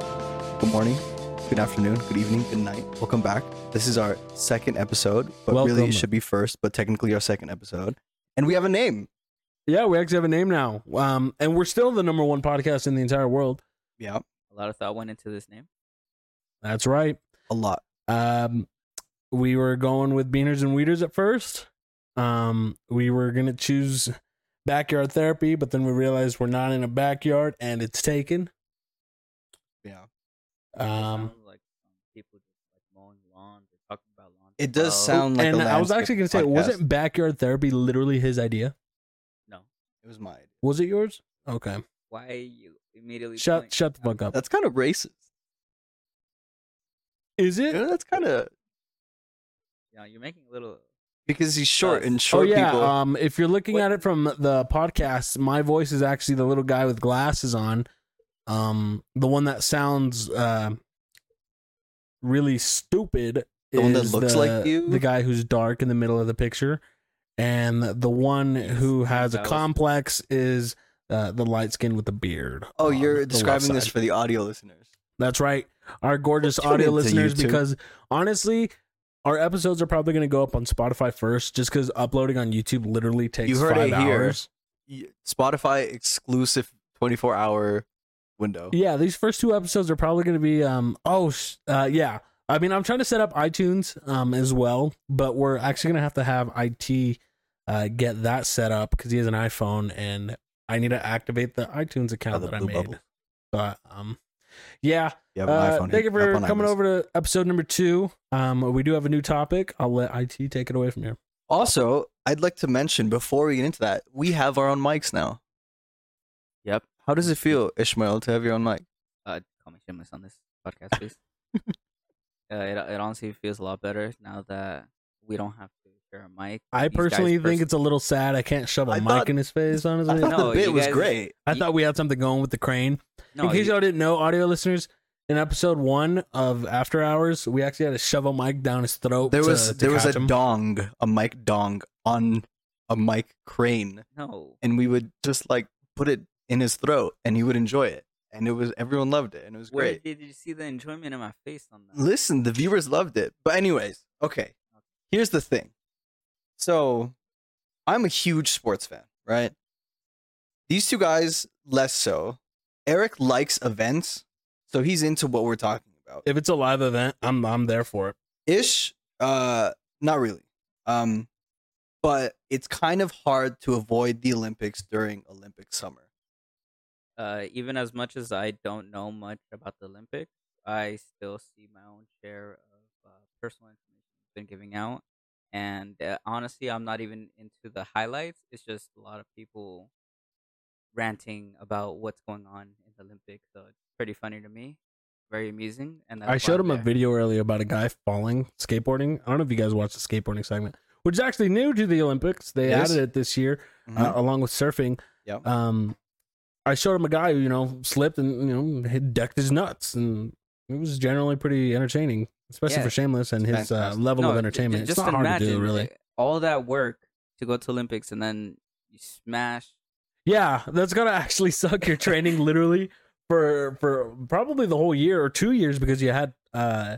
Good morning, good afternoon, good evening, good night. Welcome back. This is our second episode, but really Welcome. it should be first, but technically our second episode. And we have a name. Yeah, we actually have a name now. Um, and we're still the number one podcast in the entire world. Yeah, A lot of thought went into this name. That's right. a lot. Um, we were going with Beaners and Weeders at first. Um, we were gonna choose backyard therapy, but then we realized we're not in a backyard and it's taken. Yeah. Um, Sounds like um, people just like mowing lawns or talking about lawns. It does Oh, sound like and I I was actually gonna say, wasn't backyard therapy literally his idea? no. it was mine. Was it yours? Okay, Why you immediately shut point- shut the fuck up. That's kind of racist. Is Yeah, it? that's kind of You know, you're making a little. because he's short Yes. and Oh short yeah. people. Um, if you're looking at it from the podcast, my voice is actually the little guy with glasses on, um, the one that sounds uh, really stupid. The one that is looks the- like you? the guy who's dark in the middle of the picture, and the one who has a That was- complex is uh, the light skin with the beard. oh, on the you're left describing this side. for the audio listeners. That's right. Our gorgeous Tune audio into listeners, YouTube. because honestly, our episodes are probably going to go up on Spotify first just because uploading on YouTube literally takes You heard five it here. hours. Y- Spotify exclusive 24 hour window. Yeah, these first two episodes are probably going to be, um, oh, sh- uh, yeah. I mean, I'm trying to set up iTunes um, as well, but we're actually going to have to have IT uh, get that set up because he has an iPhone and I need to activate the iTunes account Oh, the that I blue made. bubble. But um, yeah, You have an Uh, iPhone thank you hit for up on coming iOS. over to episode number two. Um, we do have a new topic. I'll let IT take it away from here. Also, I'd like to mention before we get into that, we have our own mics now. Yep. How does it feel, Ishmael, to have your own mic? Uh, call me shameless on this podcast, please. uh, it it honestly feels a lot better now that we don't have to share a mic. I These guys personally think pers- it's a little sad. I can't shove a I mic thought- in his face. Honestly, I thought No, the bit you was guys- great. I thought we had something going with the crane. in case you- y'all didn't know, audio listeners, in episode one of After Hours, we actually had to shove a mic down his throat. There to- was to there was a catch him. dong, a mic dong on a mic crane, no. and we would just like put it in his throat, and he would enjoy it, and it was everyone loved it, and it was Where great. did you see the enjoyment in my face on that? Listen, the viewers loved it. But anyways, okay. Here's the thing. So, I'm a huge sports fan, right? These two guys less so. Eric likes events, so he's into what we're talking about. If it's a live event, I'm I'm there for it. ish uh not really um but it's kind of hard to avoid the olympics during olympic summer uh, even as much as I don't know much about the Olympics, I still see my own share of uh, personal information that's been giving out. And uh, honestly, I'm not even into the highlights. It's just a lot of people ranting about what's going on in the Olympics. So it's pretty funny to me, very amusing. And that's I why showed I'm him a there. video earlier about a guy falling skateboarding. I don't know if you guys watched the skateboarding segment, which is actually new to the Olympics. They Yes. added it this year uh, Um, Mm-hmm. along with surfing. Yep. Um, I showed him a guy who you know slipped and you know hit, decked his nuts, and it was generally pretty entertaining, especially Yeah, for Shameless and it's his uh, fantastic. level No, of ju- ju- entertainment. just it's not hard to do, imagine, really. like, All that work to go to Olympics and then you smash. Yeah, that's gonna actually suck your training literally for for probably the whole year or two years because you had uh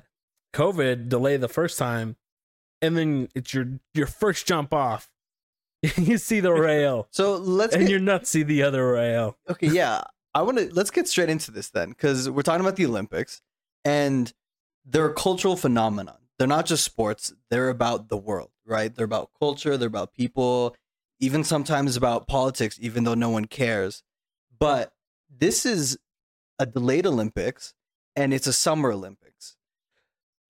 COVID delay the first time, and then it's your your first jump off. you see the rail, so let's and get, your nuts see the other rail. okay yeah i want to let's get straight into this then because we're talking about the olympics and they're a cultural phenomenon they're not just sports they're about the world right they're about culture they're about people even sometimes about politics even though no one cares but this is a delayed olympics and it's a summer olympics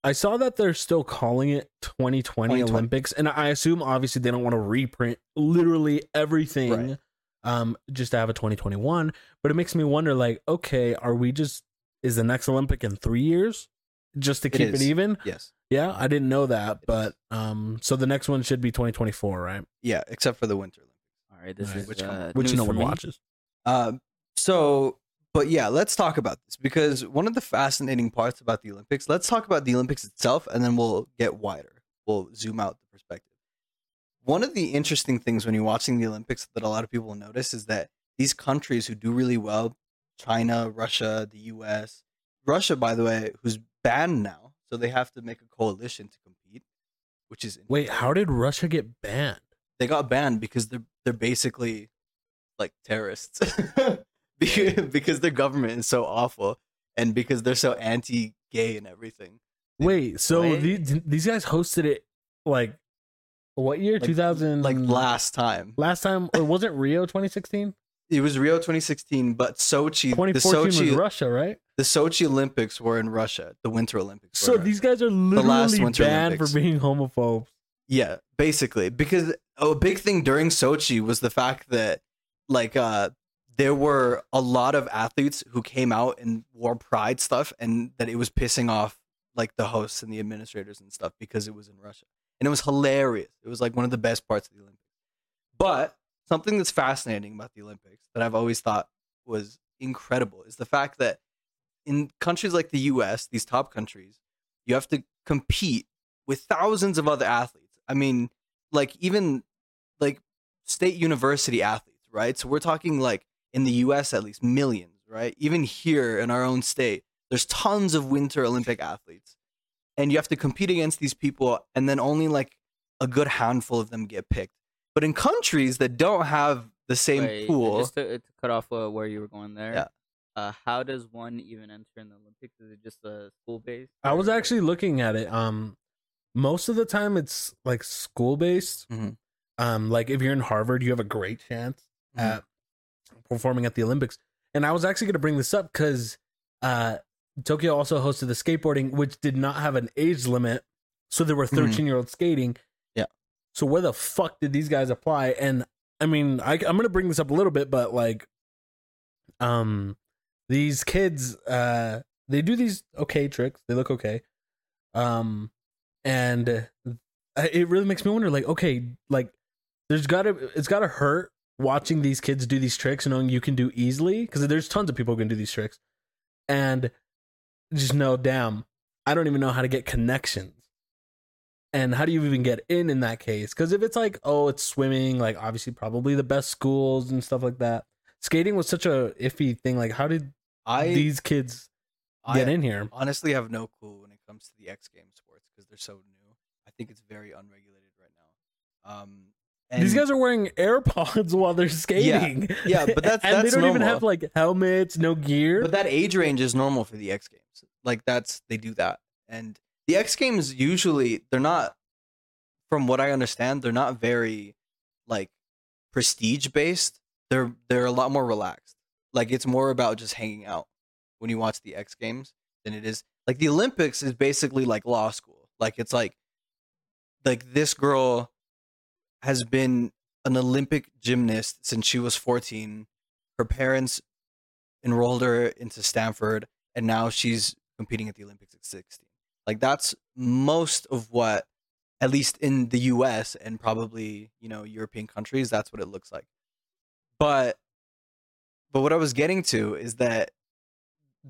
I saw that they're still calling it 2020, 2020. Olympics, and I assume obviously they don't want to reprint literally everything, Right. um, just to have a 2021. But it makes me wonder, like, okay, are we just is the next Olympic in three years, just to It keep it, is. even? yes Yeah, I didn't know that, is. but um, so the next one should be 2024, right? Yeah, except for the winter. Olympics. All right, this Right. is Which com- uh, Which news no for one me. watches. Um, so, but yeah, let's talk about this because one of the fascinating parts about the Olympics. Let's talk about the Olympics itself, and then we'll get wider. We'll zoom out the perspective. One of the interesting things when you're watching the Olympics that a lot of people notice is that these countries who do really well, China, Russia, the U.S., Russia, by the way, who's banned now, so they have to make a coalition to compete, which is Wait, how did Russia get banned? they got banned because they're they're basically like terrorists Be- because their government is so awful and because they're so anti-gay and everything. Wait, so Wait. these these guys hosted it like what year? Like- Two thousand Like last time, last time or was it Rio twenty sixteen? it was Rio 2016, but Sochi, Twenty the fourteen Sochi, was Russia, right? the Sochi Olympics were in Russia. The Winter Olympics. So were in these guys are last literally Winter banned Olympics. for being homophobes. Yeah, basically, because a big thing during Sochi was the fact that like uh there were a lot of athletes who came out and wore pride stuff and that it was pissing off like the hosts and the administrators and stuff because it was in Russia. And it was hilarious. It was like one of the best parts of the Olympics. But something that's fascinating about the Olympics that I've always thought was incredible is the fact that in countries like the US, these top countries, you have to compete with thousands of other athletes. I mean, like even like state university athletes, right? So we're talking like in the US at least millions, right? Even here in our own state, there's tons of winter Olympic athletes. And you have to compete against these people and then only like a good handful of them get picked. But in countries that don't have the same Wait, pool, Just to, to cut off uh, where you were going there. Yeah. Uh, how does one even enter in the Olympics? Is it just a school based? I was actually looking at it. Um, most of the time it's like school based. Mhm. Um, like if you're in Harvard, you have a great chance Mhm. at performing at the Olympics. And I was actually going to bring this up because uh, Tokyo also hosted the skateboarding, which did not have an age limit, so there were 13 year olds skating. Yeah. So where the fuck did these guys apply? And I mean, I, I'm going to bring this up a little bit, but like, um, these kids, uh, they do these okay tricks. They look okay. Um, and uh, it really makes me wonder, like, okay, like, there's gotta, it's gotta hurt watching these kids do these tricks and knowing you can do easily because there's tons of people who can do these tricks, and just know, damn, I don't even know how to get connections. And how do you even get in in that case? Because if it's like, oh, it's swimming, like obviously probably the best schools and stuff like that. Skating was such a iffy thing. Like, how did I, these kids I get in here? honestly have no clue when it comes to the X Games sports because they're so new. I think it's very unregulated right now. Um, and These guys are wearing AirPods while they're skating. yeah, but that's- and that's they don't even normal. have like helmets, no gear. but that age range is normal for the X Games. Like that's they do that, and the X Games usually they're not, from what I understand, they're not very, like, prestige based. They're they're a lot more relaxed. Like it's more about just hanging out when you watch the X Games than it is like the Olympics is basically like law school. Like it's like, like this girl has been an Olympic gymnast since she was fourteen. Her parents enrolled her into Stanford, and now she's competing at the Olympics at 16. Like that's most of what, at least in the U.S. and probably you know European countries, that's what it looks like. But, but what I was getting to is that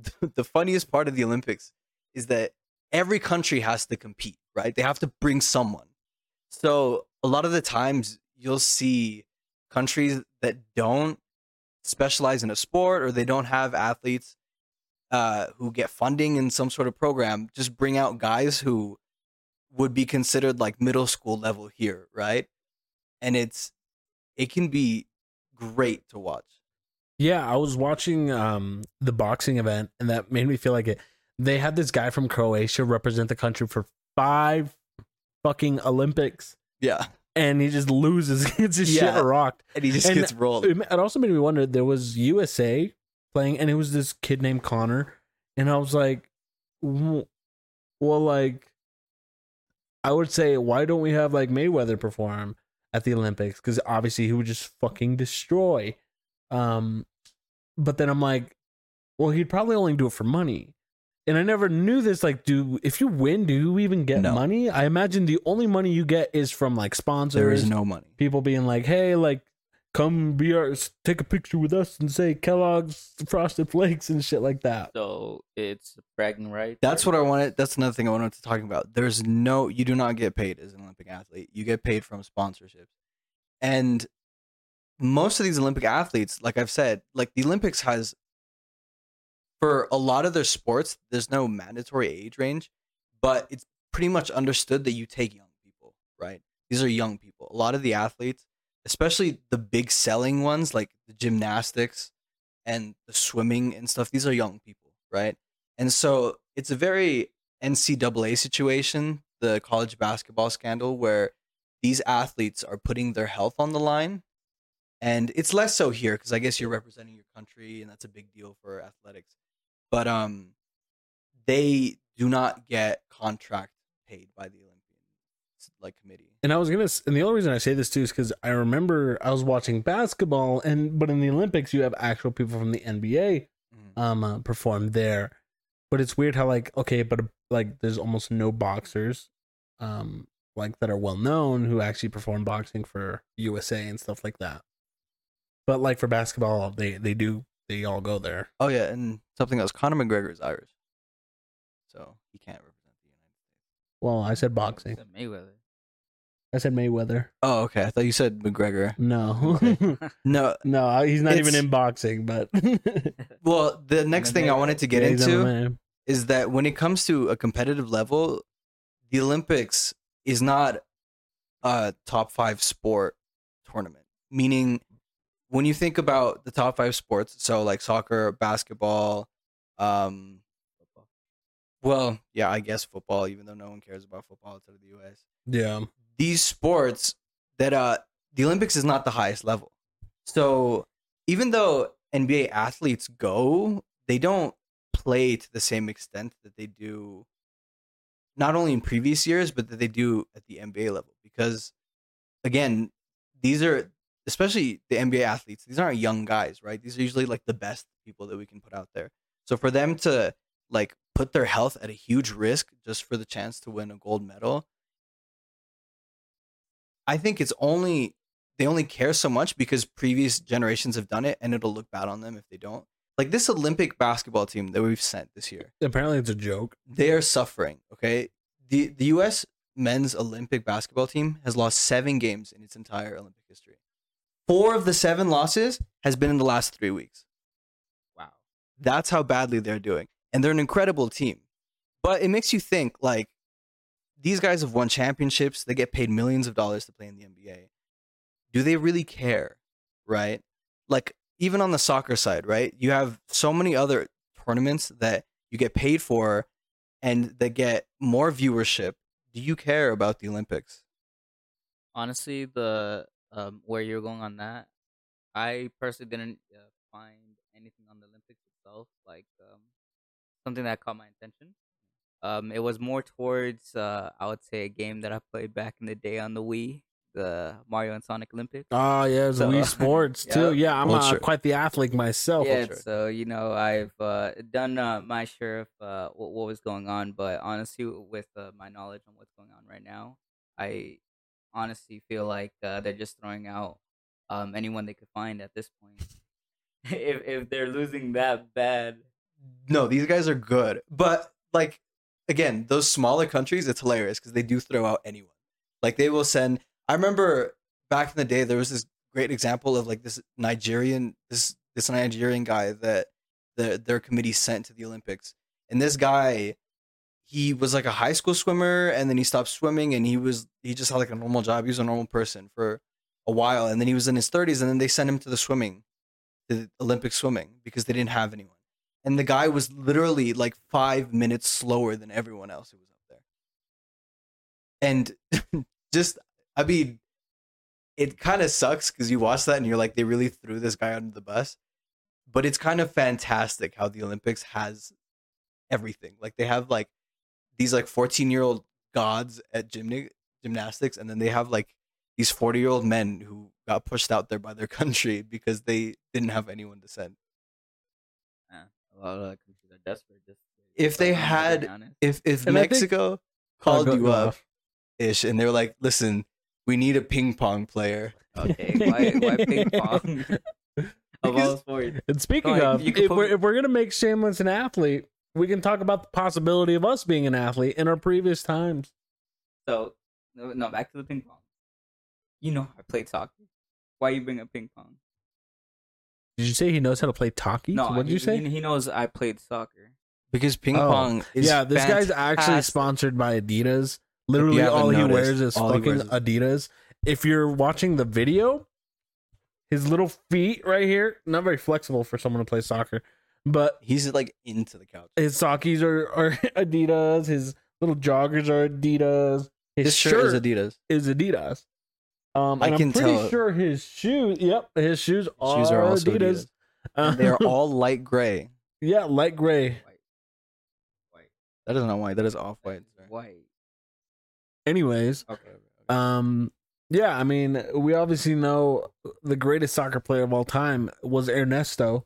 th- the funniest part of the Olympics is that every country has to compete, right? They have to bring someone. So a lot of the times you'll see countries that don't specialize in a sport or they don't have athletes uh, who get funding in some sort of program, just bring out guys who would be considered like middle school level here, right? And it's it can be great to watch. Yeah, I was watching um the boxing event and that made me feel like it. They had this guy from Croatia represent the country for five fucking Olympics Yeah, and he just loses, gets his Yeah. shit rocked. and he just And- gets rolled. It, it also made me wonder there was USA playing and it was this kid named Connor and I was like w- well like I would say why don't we have like Mayweather perform at the Olympics cuz obviously he would just fucking destroy um but then I'm like well he'd probably only do it for money and I never knew this like do if you win do you even get No. money I imagine the only money you get is from like sponsors there is no money. people being like, "Hey, like, come be our take a picture with us and say Kellogg's Frosted Flakes and shit like that." So it's bragging rights. That's or- what I wanted. That's another thing I wanted to talk about. There's no, you do not get paid as an Olympic athlete. You get paid from sponsorships. And most of these Olympic athletes, like I've said, like the Olympics has for a lot of their sports, there's no mandatory age range, but it's pretty much understood that you take young people, right? These are young people. A lot of the athletes, especially the big selling ones like the gymnastics and the swimming and stuff, these are young people, right? And so it's a very NCAA situation, the college basketball scandal, where these athletes are putting their health on the line. And it's less so here because I guess you're representing your country and that's a big deal for athletics. But um, they do not get contract paid by the Olympian like committee. And I was gonna, s- and the only reason I say this too is because I remember I was watching basketball, and but in the Olympics you have actual people from the NBA um uh, perform there, but it's weird how like okay, but like there's almost no boxers, um like that are well known who actually perform boxing for USA and stuff like that. But like for basketball, they they do they all go there. Oh yeah, and something else. Conor McGregor is Irish, so he can't represent the United States. Well, I said boxing. Except Mayweather. I said Mayweather. Oh okay, I thought you said McGregor. No, No, no, I- he's not even It's- in boxing. But well the next thing I wanted to get Yeah, he's into. MMA. is that when it comes to a competitive level, the Olympics is not a top five sport tournament. Meaning, when you think about the top five sports, so like soccer, basketball, um, well, yeah, I guess football, even though no one cares about football outside of the US yeah. these sports that uh the Olympics is not the highest level. So even though NBA athletes go, they don't play to the same extent that they do not only in previous years, but that they do at the NBA level. Because again, these are especially the NBA athletes, these aren't young guys, right? These are usually like the best people that we can put out there. So for them to like put their health at a huge risk just for the chance to win a gold medal, I think it's only they only care so much because previous generations have done it and it'll look bad on them if they don't. Like this Olympic basketball team that we've sent this year, Apparently, it's a joke. they are suffering. Okay. The the US men's Olympic basketball team has lost seven games in its entire Olympic history. Four of the seven losses has been in the last three weeks. wow. That's how badly they're doing. And they're an incredible team. But it makes you think like these guys have won championships, they get paid millions of dollars to play in the NBA. Do they really care? Right? Like even on the soccer side, right? You have so many other tournaments that you get paid for and they get more viewership. Do you care about the Olympics? honestly the um where you're going on that i personally didn't uh, find anything on the olympics itself like um something that caught my attention um it was more towards uh i would say a game that i played back in the day on the wii the mario and sonic olympics Oh yeah, it's So- Wii Sports Yeah. too. Yeah, I'm uh, Culture. quite the athlete myself. yeah, uh, sure. so you know I've uh, done uh, my share of uh, what, what was going on, but honestly, with uh, my knowledge on what's going on right now, I honestly feel like uh, they're just throwing out um, anyone they could find at this point. if if they're losing that bad, No, these guys are good. But like again, those smaller countries, it's hilarious because they do throw out anyone. Like they will send I remember back in the day there was this great example of like this Nigerian this this Nigerian guy that the their committee sent to the Olympics. And this guy he was like a high school swimmer and then he stopped swimming and he was he just had like a normal job. He was a normal person for a while and then he was in his 30s and then they sent him to the swimming to the Olympic swimming because they didn't have anyone and the guy was literally like five minutes slower than everyone else who was up there. And just, I mean, it kind of sucks because you watch that and you're like, they really threw this guy under the bus. But it's kind of fantastic how the Olympics has everything. Like they have like these like 14 year old gods at gymna- gymnastics, and then they have like these 40 year old men who got pushed out there by their country because they didn't have anyone to send. eh, a lot of countries are desperate. Just If they had- if if And I think- Mexico called you up ish and they were like, "Listen, we need a ping pong player." okay, why why ping pong? of all Because- sports, And speaking Go ahead, of, you can if, put- we're, if we're gonna make Shameless an athlete, we can talk about the possibility of us being an athlete in our previous times. So no, no, back to the ping pong. You know I played soccer. Why you bring up ping pong? Did you say he knows how to play taki? No, what did he, you say? He, he knows I played soccer. because ping Oh. pong is yeah, this guy's actually fantastic. sponsored by Adidas. Literally, haven't all he noticed, wears is all he fucking wears is- Adidas. If you're watching the video, his little feet right here, not very flexible for someone to play soccer, but he's like into the couch. his sockies are, are Adidas. His little joggers are Adidas. His, His shirt, shirt is Adidas. is Adidas. Um, I and I can am pretty tell. sure his shoes. Yep, his shoes, are, Shoes are also Adidas. Adidas. Uh, They are all light gray. yeah, light gray. White. White. That is not white. That is off white. White. Anyways, Okay. Um, yeah, I mean, we obviously know the greatest soccer player of all time was Ernesto.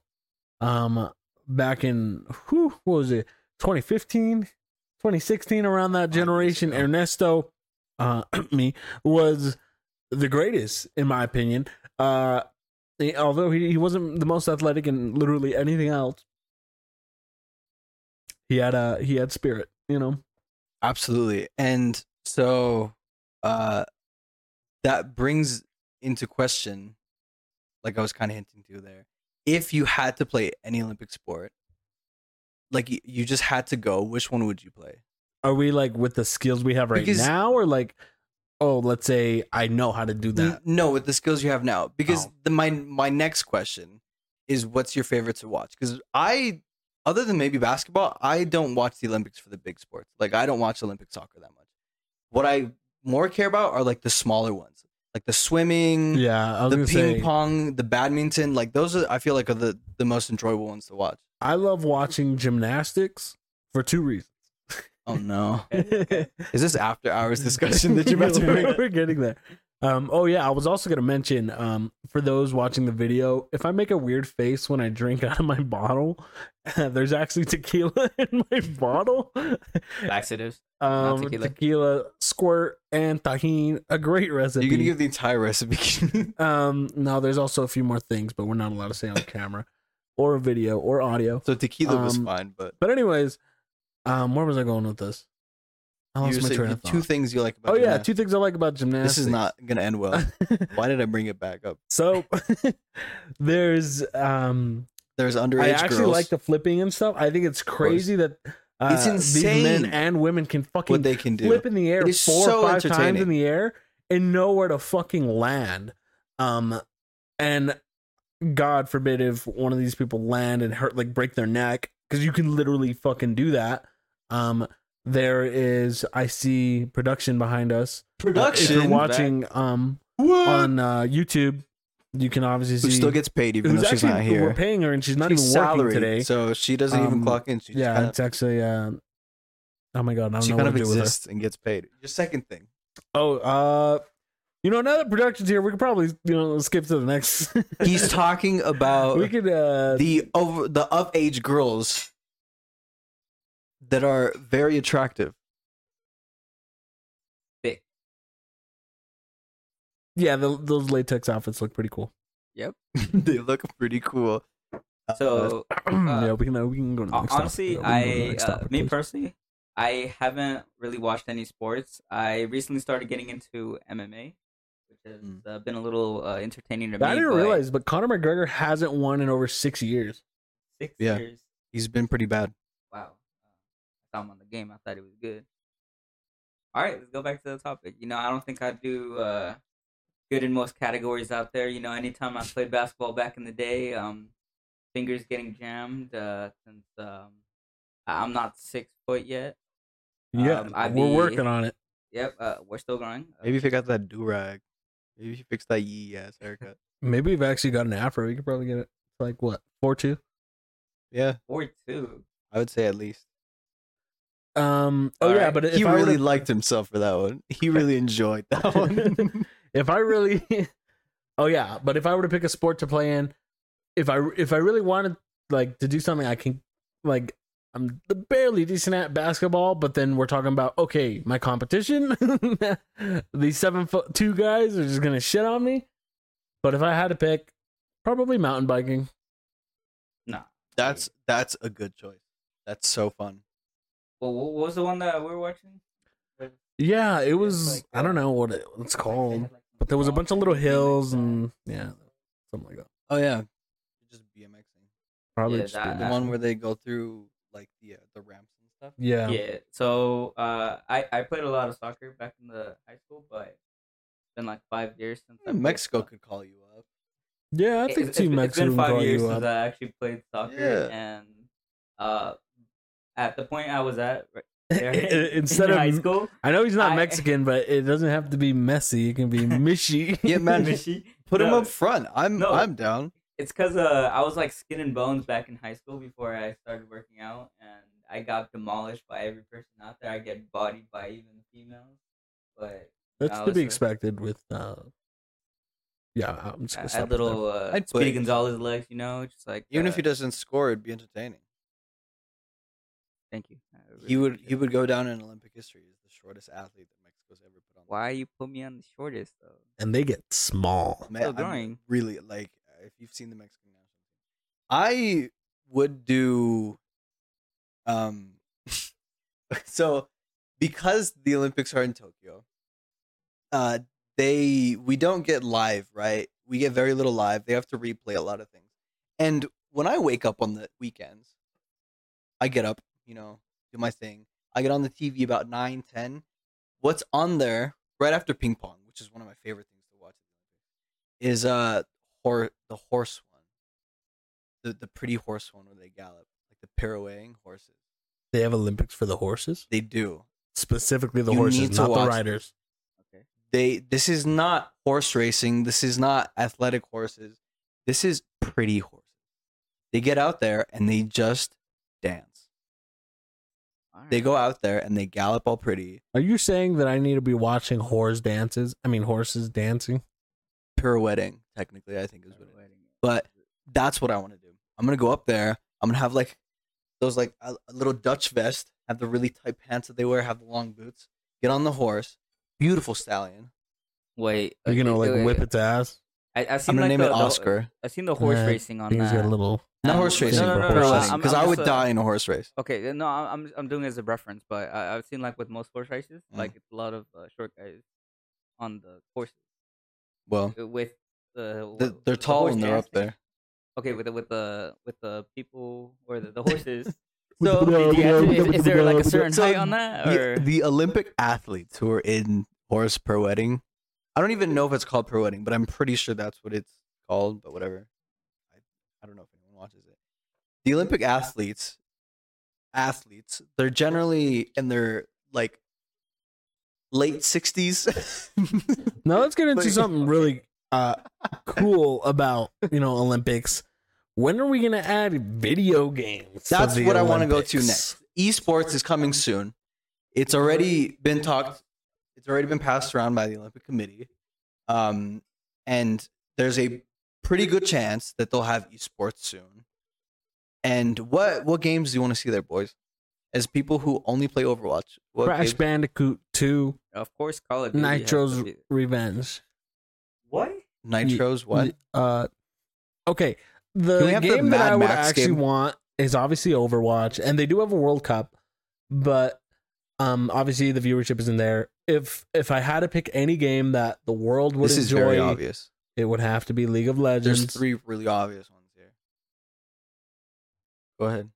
Um, back in whew, what was it, 2015, 2016, around that Five years generation, ago. Ernesto, uh, me was the greatest in my opinion. Uh, he- although he, he wasn't the most athletic in literally anything else, he had uh he had spirit, you know. Absolutely. And so uh that brings into question like I was kind of hinting to there. If you had to play any Olympic sport, like you, you just had to go, which one would you play? Are we like with the skills we have right Because- now, or like, oh, let's say I know how to do N- that? No, with the skills you have now. Because Oh. the my my next question is what's your favorite to watch? Because I other than maybe basketball, I don't watch the Olympics for the big sports. Like I don't watch Olympic soccer that much. What I more care about are like the smaller ones. Like the swimming, Yeah, I was Mm-hmm. the gonna ping say pong, the badminton, like those are I feel like are the, the most enjoyable ones to watch. I love watching gymnastics for two reasons. Oh no. okay. Is this after hours discussion that you're about to we're, bring? we're getting there. Um, oh yeah, I was also gonna mention um, for those watching the video, if I make a weird face when I drink out of my bottle, there's actually tequila in my bottle. Laxatives. Ah, Um, tequila. tequila. squirt, and tahine. A great recipe. You're gonna give the entire recipe. Um, no, there's also a few more things, but we're not allowed to say on camera or video or audio. so tequila was Um, fine, but But anyways, um, where was I going with this? I you lost my said train the of thought. two things you like about oh yeah, gymnastics. two things I like about gymnastics. This is not uh, gonna end well. Why did I bring it back up? so there's um There's underage I actually girls. like the flipping and stuff. I think it's crazy that uh, It's these men insane and women can fucking what they can do. flip in the air It is four so or five times entertaining. in the air and nowhere to fucking land. Um, and God forbid if one of these people land and hurt, like break their neck, because you can literally fucking do that. Um, there is, I see production behind us. If you're Production. watching um What? on uh, YouTube, you can obviously Who see still gets paid even who's though she's actually not here. we're paying her and she's not She's even salaried, working today. so she doesn't even Um, clock in. She's yeah, kind of, it's actually. Uh, oh my god, I don't she know kind what of to do with her. exists and gets paid. Your second thing. Oh, uh, you know, now that production's here, we could probably, you know, skip to the next. He's talking about we could, uh, the over the of age girls that are very attractive. Thick. yeah, the, those latex outfits look pretty cool. they look pretty cool. Uh, So yeah, we can, uh, we can go to the Uh, next honestly, topic. Yeah, we can go to the I next uh, topic, me please. personally, I haven't really watched any sports. I recently started getting into MMA, which has Mm. uh, been a little uh, entertaining to me. I didn't but realize, but Conor McGregor hasn't won in over six years. six Yeah. years. he's been pretty bad. Wow, I saw him on the game. I thought it was good. All right, let's go back to the topic. You know, I don't think I do uh, good in most categories out there. You know, anytime I played basketball back in the day, um, fingers getting jammed uh, since um, I- I'm not six foot yet. Yeah, Um, I'd we're be- working on it. Yep, uh, we're still growing. Uh, Maybe if he got that do rag, maybe if he fixed that yee ass haircut. Maybe we've actually got an afro. We could probably get it like what four two. yeah, Or two. I would say at least. Um. Oh All yeah, right. but if he I really really, liked himself for that one. He really enjoyed that one. if I really, oh yeah, but if I were to pick a sport to play in, if I if I really wanted like to do something, I can like I'm barely decent at basketball, but then we're talking about okay, my competition. These seven foot two guys are just gonna shit on me. But if I had to pick, probably mountain biking. that's that's a good choice. That's so fun. Well, what was the one that we were watching? uh, Yeah, it was I don't know what it, it's called, but there was a bunch of little hills and yeah, something like that. Oh yeah, just Probably Yeah, just that- do the that. one where they go through like the uh, the ramps and stuff. yeah. Yeah. So uh, I I played a lot of soccer back in the high school, but it's been like five years since I Yeah, played Mexico soc- could call you up. Yeah, I It- think it's, Team been- Mexico It's would been five call years you since up. I actually played soccer, Yeah. and uh, at the point I was at right there Instead in of high school, I know he's not I- Mexican, but it doesn't have to be messy. It can be Mishy. Yeah, man, just Michi- put him no, up front. I'm No. I'm down. It's because uh, I was like skin and bones back in high school before I started working out, and I got demolished by every person out there. I get bodied by even the females, but That's to No, be it's a- expected with. uh Yeah, I'm just gonna a stop little uh, I'd Speedy put- Gonzalez legs, you know, just like Even uh, if he doesn't score, it'd be entertaining. Thank you. I He really would appreciate he it. would go down in Olympic history as the shortest athlete that Mexico's ever put on. Why you put me on the shortest though? and they get small. Ma- Still I'm growing. really like if you've seen the Mexican national team. I would do um so because the Olympics are in Tokyo, uh they we don't get live, right? We get very little live. They have to replay a lot of things. And when I wake up on the weekends, I get up, you know, do my thing. I get on the TV about 9, 10. What's on there right after ping pong, which is one of my favorite things to watch, is uh hor- the horse one. The the pretty horse one where they gallop, like the pirouetting horses. They have Olympics for the horses, They do. specifically the You horses, need to not the watch riders. Okay. They this is not horse racing. This is not athletic horses. This is pretty horses. They get out there and they just dance. All They right. go out there and they gallop all pretty, Are you saying that I need to be watching horse dances? I mean, horses dancing. pirouetting. Technically, I think is what it is. Wedding. but that's what I want to do. I'm gonna go up there. I'm gonna have like those like a, a little Dutch vest, have the really tight pants that they wear, have the long boots. Get on the horse, beautiful stallion. wait, You're gonna like whip its ass. I, I I'm seen gonna like name the, it the- Oscar. I've seen the horse Uh, racing on He's got that. a little. Not Um, horse no, racing, no, no, but no, horse racing, I'm- because I'm I just, would uh, die in a horse race. Okay, no, I'm I'm, I'm doing it as a reference, but I, I've seen like with most horse races, Mm. like it's a lot of uh, short guys on the horses Well, uh, with the th- wh- they're the tall horse and they're up dancing. there. Okay, with the with the with the people or the, the horses. With so the- do you have to- with the- is, is there like a with the- certain So height on that, or The, the Olympic athletes who are in horse pirouetting. I don't even know if it's called pirouetting, but I'm pretty sure that's what it's called. But whatever, I, I don't know if anyone watches it. The Olympic athletes, athletes, they're generally in their like late 60s. Now let's get into Like- something really uh, cool about you know Olympics. When are we gonna add video games? to That's the what I want to go to Olympics? next. Esports is coming soon. It's already been talked. It's already been passed around by the Olympic Committee, um, and there's a pretty good chance that they'll have esports soon. And what what games do you want to see there, boys? As people who only play Overwatch, what Crash games- Bandicoot Two, of course Call of Duty has to Nitro's be- Revenge. what? Nitros, what? Uh, okay. Do we The have the game that Mad I would Max actually game? want is obviously Overwatch, and they do have a World Cup, but um, obviously the viewership isn't there. If if I had to pick any game that the world would this is very enjoy, obvious. it would have to be League of There's Legends. three really obvious ones here. Go ahead.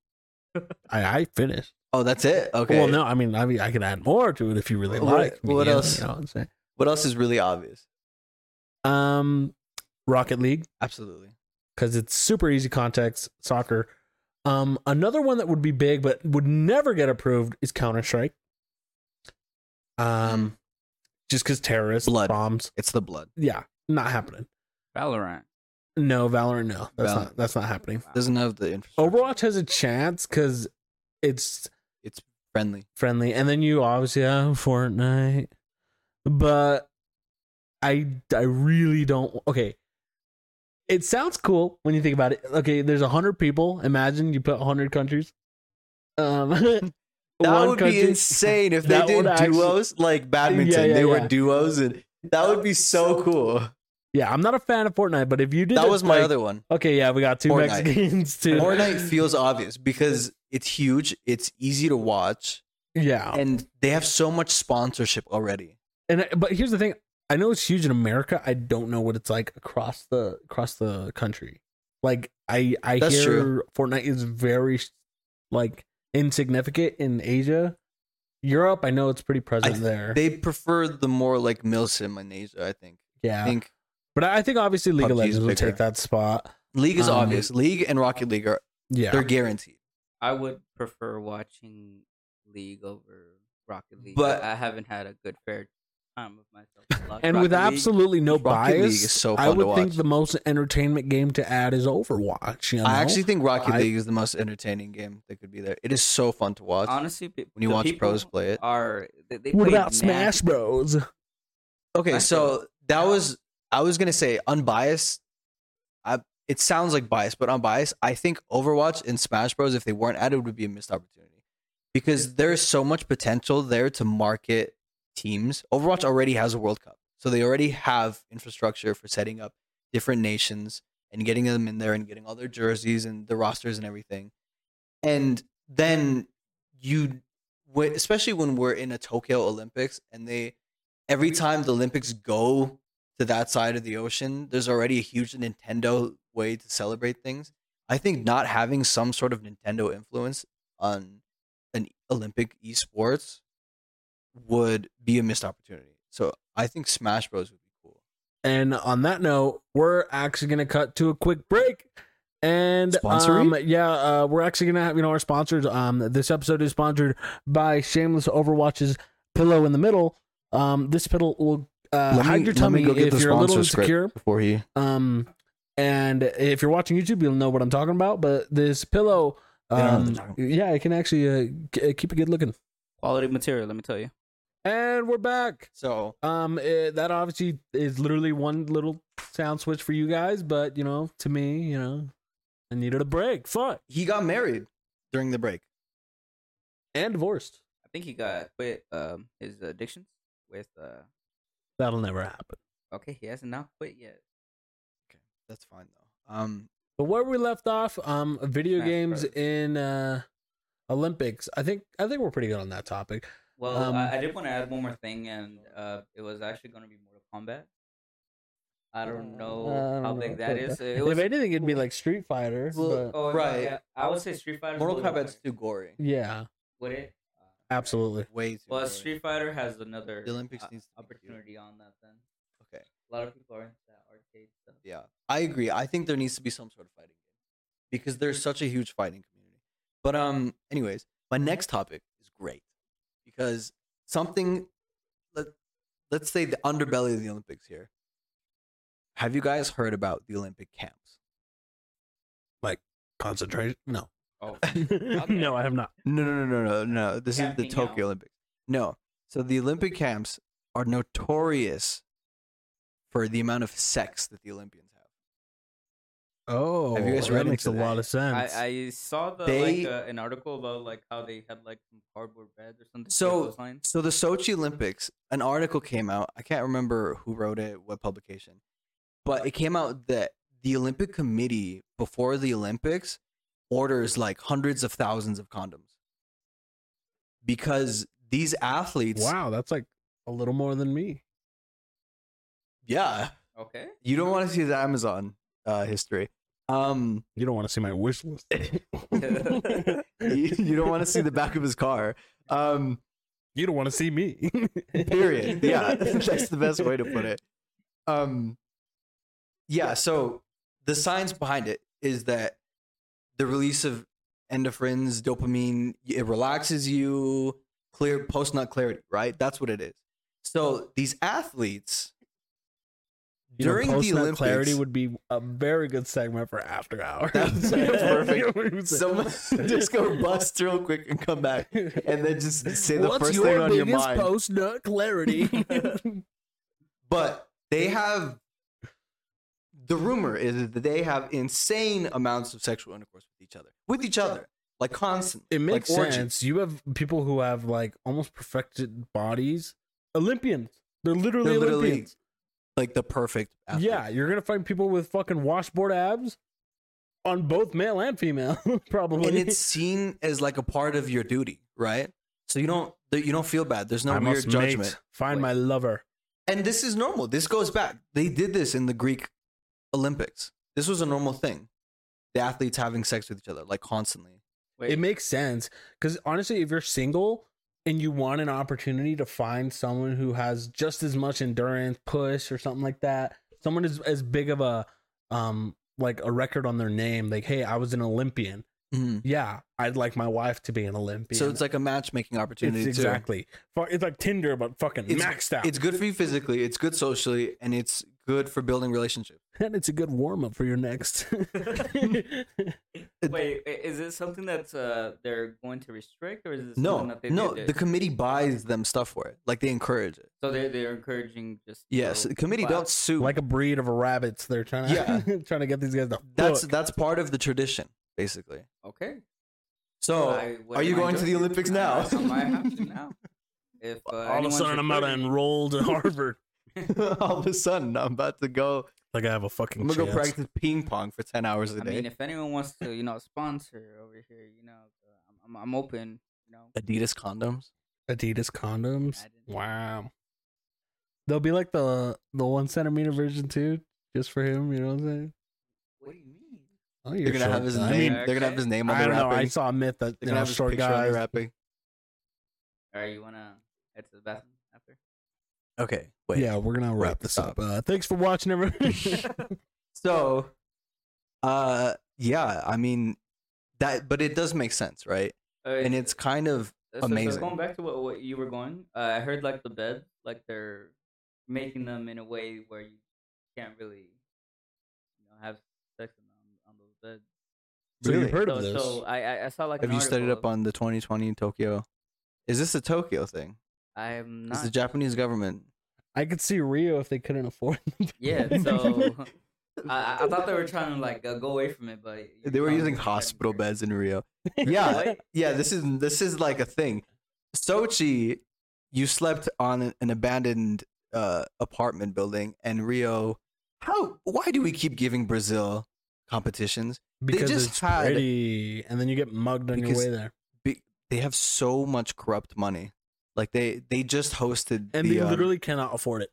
I, I finished. Oh, that's it. Okay. Well, no, I mean, I mean, I could add more to it if you really What- like. me, what you know, else? you know what I'm saying? What else is really obvious? Um, Rocket League Absolutely. because it's super easy context soccer. Um, another one that would be big but would never get approved is Counter Strike. Um, just because terrorists, Blood. bombs, It's the blood. yeah, not happening. Valorant. No, Valorant, no, that's Valorant. not that's not happening. Wow. Doesn't have the infrastructure. Overwatch has a chance because it's It's friendly. friendly, and then you obviously have Fortnite, but I I really don't. Okay, it sounds cool when you think about it. Okay, there's a hundred people. Imagine you put hundred countries. Um, that That would be insane if they That did would actually- duos like badminton. Yeah, yeah, they were yeah. duos, and that would be so cool. Yeah, I'm not a fan of Fortnite, but if you did, That it, was my like- other one. Okay, yeah, we got two Fortnite. Mexicans too. Fortnite feels obvious because it's huge, it's easy to watch, Yeah, and they have so much sponsorship already. and I- but here's the thing. I know it's huge in America. I don't know what it's like across the across the country. Like I I That's hear true. Fortnite is very like insignificant in Asia. Europe, I know it's pretty present I- there. They prefer the more like Milsim in Asia, I think. yeah. I think but I think obviously League of PUBG is Legends will bigger. take that spot. League is Um, obvious. League and Rocket League are Yeah. they're guaranteed. I would prefer watching League over Rocket League, But- but I haven't had a good fair time with myself. Lock- and with Rocket League, absolutely no Rocket League bias, is so I fun to would think watch. the most entertainment game to add is Overwatch. You know? I actually think Rocket I- League is the most entertaining game that could be there. It is so fun to watch honestly, pe- when you the watch people pros play it. are they, they what play about Smash Magic. Bros? Okay, Smash so that was I was gonna say unbiased. I it sounds like bias, but unbiased. I think Overwatch and Smash Bros. If they weren't added, would be a missed opportunity because there's so much potential there to market teams. Overwatch already has a World Cup, so they already have infrastructure for setting up different nations and getting them in there and getting all their jerseys and the rosters and everything. And then you, wh- especially when we're in a Tokyo Olympics and they every time the Olympics go to that side of the ocean, there's already a huge Nintendo way to celebrate things. I think not having some sort of Nintendo influence on an Olympic esports would be a missed opportunity. So I think Smash Bros would be cool. And on that note, we're actually going to cut to a quick break. And Sponsory? um, yeah, uh, we're actually going to have, you know, our sponsors. Um, this episode is sponsored by Shameless Overwatch's Pillow in the Middle. Um, this pillow will uh, hide your tummy if you're a little insecure. before he. Um, and if you're watching YouTube, you'll know what I'm talking about. But this pillow, They don't know what um, they're talking yeah, it can actually uh, k- keep it good looking. Quality material, let me tell you. And we're back. So Um, eh, that obviously is literally one little sound switch for you guys, but you know, to me, you know, I needed a break. Fuck, he got married during the break. and divorced. I think he got quit um his addictions with uh That'll never happen. okay he hasn't not quit yet. That's fine though. Um, But where we left off, um, video Smash games Bros. in uh Olympics. I think I think we're pretty good on that topic. Well, Um, I, I did want to add one more thing, and uh, it was actually going to be Mortal Kombat. Mm, I don't know Uh, I how don't know big about that is. It if was, anything, it'd be like Street Fighter. Well, but oh, Right. right. Yeah, I would say Street Fighter. Mortal Kombat's too gory. yeah, Would it? absolutely. Way too. Well, gory. Street Fighter has another The Olympics uh, needs to be cute. opportunity on that. Then Okay. a lot of people are into that arcade stuff. Yeah, I agree. I think there needs to be some sort of fighting game because there's such a huge fighting community. But um, anyways, my next topic is great because something let let's say the underbelly of the Olympics here. Have you guys heard about the Olympic camps? Concentration? No, Oh, no, I have not. No, no, no, no, no, no. This is the Camping Tokyo out. Olympics. No, so the Olympic camps are notorious for the amount of sex that the Olympians have. Oh, Have you guys that read makes a into lot that? of sense. I, I saw the They- like uh, an article about like how they had like some cardboard beds or something. So- along those lines. So the Sochi Olympics, an article came out. I can't remember who wrote it, what publication, but it came out that the Olympic Committee before the Olympics orders like hundreds of thousands of condoms because these athletes. wow, that's like a little more than me. Yeah, okay. you don't want to see the Amazon uh, history. Um, You don't want to see my wish list. you, you don't want to see the back of his car. Um, You don't want to see me. period yeah that's the best way to put it um yeah so the science behind it is that the release of endorphins dopamine it relaxes you clear post nut clarity right that's what it is so these athletes You know, during the post-nut olympics clarity would be a very good segment for after hours. That's perfect. someone just go bust real quick and come back and then just say the first thing on your mind Post nut clarity. but they have the rumor is that they have insane amounts of sexual intercourse with each other with each other like constantly it makes like orgies. sense. You have people who have like almost perfected bodies. Olympians. They're literally They're literally Olympians. like the perfect athlete. Yeah, you're gonna find people with fucking washboard abs on both male and female, probably. and it's seen as like a part of your duty right so you don't that you don't feel bad there's no I weird must judgment mate, find my lover. and this is normal this goes back they did this in the greek olympics this was a normal thing the athletes having sex with each other like constantly. Wait, It makes sense because honestly, if you're single and you want an opportunity to find someone who has just as much endurance, push, or something like that, someone as as big of a um like a record on their name, like hey, I was an Olympian. Yeah, I'd like my wife to be an Olympian. So it's like a matchmaking opportunity It's too. exactly. Fu- It's like Tinder, but fucking It's- maxed out. It's good for you physically, it's good socially, and it's good for building relationships. and it's a good warm up for your next. wait, i- is this something that's uh they're going to restrict, or is this something No, that they no, did? the committee buys them stuff for it. Like they encourage it. so they they're encouraging just Yes, so the committee wow. don't sue. like a breed of rabbits, they're trying to Yeah. trying to get these guys to. that's hook. that's part of the tradition, basically. okay. So I- what are you am I going to the doing? Olympics I- now? I might have to now. If uh, all of a sudden I'm about to enroll to Harvard. all of a sudden, I'm about to go. like I have a fucking. I'm gonna go chance. practice ping pong for ten hours a I day. mean, if anyone wants to, you know, sponsor over here, you know, uh, I'm, I'm I'm open. You know, Adidas condoms. Adidas condoms. I didn't- Wow. They'll be like the the one centimeter version too, just for him. You know what I'm saying? what do you mean? Oh, They're gonna have his name. I mean, they're gonna have his name on I the don't know. I wrapping. saw a myth that They're you gonna know, have his short picture on the guys. wrapping. All right, you wanna head to the bathroom after? Okay, wait. Yeah, we're gonna wrap Wait, this stop. up. Uh, thanks for watching, everyone. So, uh, yeah. I mean, that. But it does make sense, right? Uh, And it's kind of so- so amazing. going back to what, what you were going, uh, I heard like the bed, like they're making them in a way where you can't really, you know, have sex on on those beds. So Really? you've heard so, of this? so I, I I saw like. Have an you studied up article. on the 2020 Tokyo? Is this a Tokyo thing? I am Is the not. Japanese government? I could see Rio if they couldn't afford. Them. yeah, so I, I thought they were trying to like uh, go away from it, but you They were found using it. hospital beds in Rio. Really? Yeah, yeah. This is this is like a thing. Sochi, you slept on an abandoned uh, apartment building, and Rio. How? Why do we keep giving Brazil competitions? because just it's had- pretty, and then you get mugged on Because- your way there, They have so much corrupt money. Like they they just hosted and the, they um, literally cannot afford it.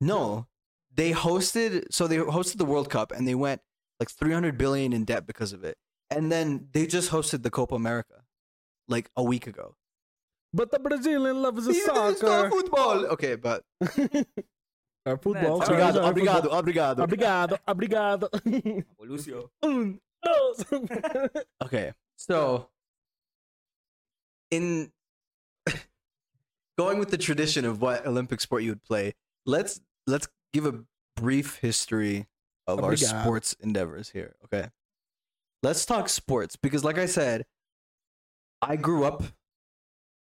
No, they hosted. So they hosted the World Cup, and they went like 300 billion in debt because of it. And then they just hosted the Copa America, like a week ago. But the Brazilian loves the Yeah, there's no soccer. football. Okay, but Our football. That's Oh, sorry, obrigado, sorry, obrigado, football. obrigado. Obrigado, obrigado. Um, Lucio. Un, dos. Okay, so in going with the tradition of what Olympic sport you would play, let's let's give a brief history of our Obrigado. sports endeavors here. Okay, let's talk sports because, like I said, I grew up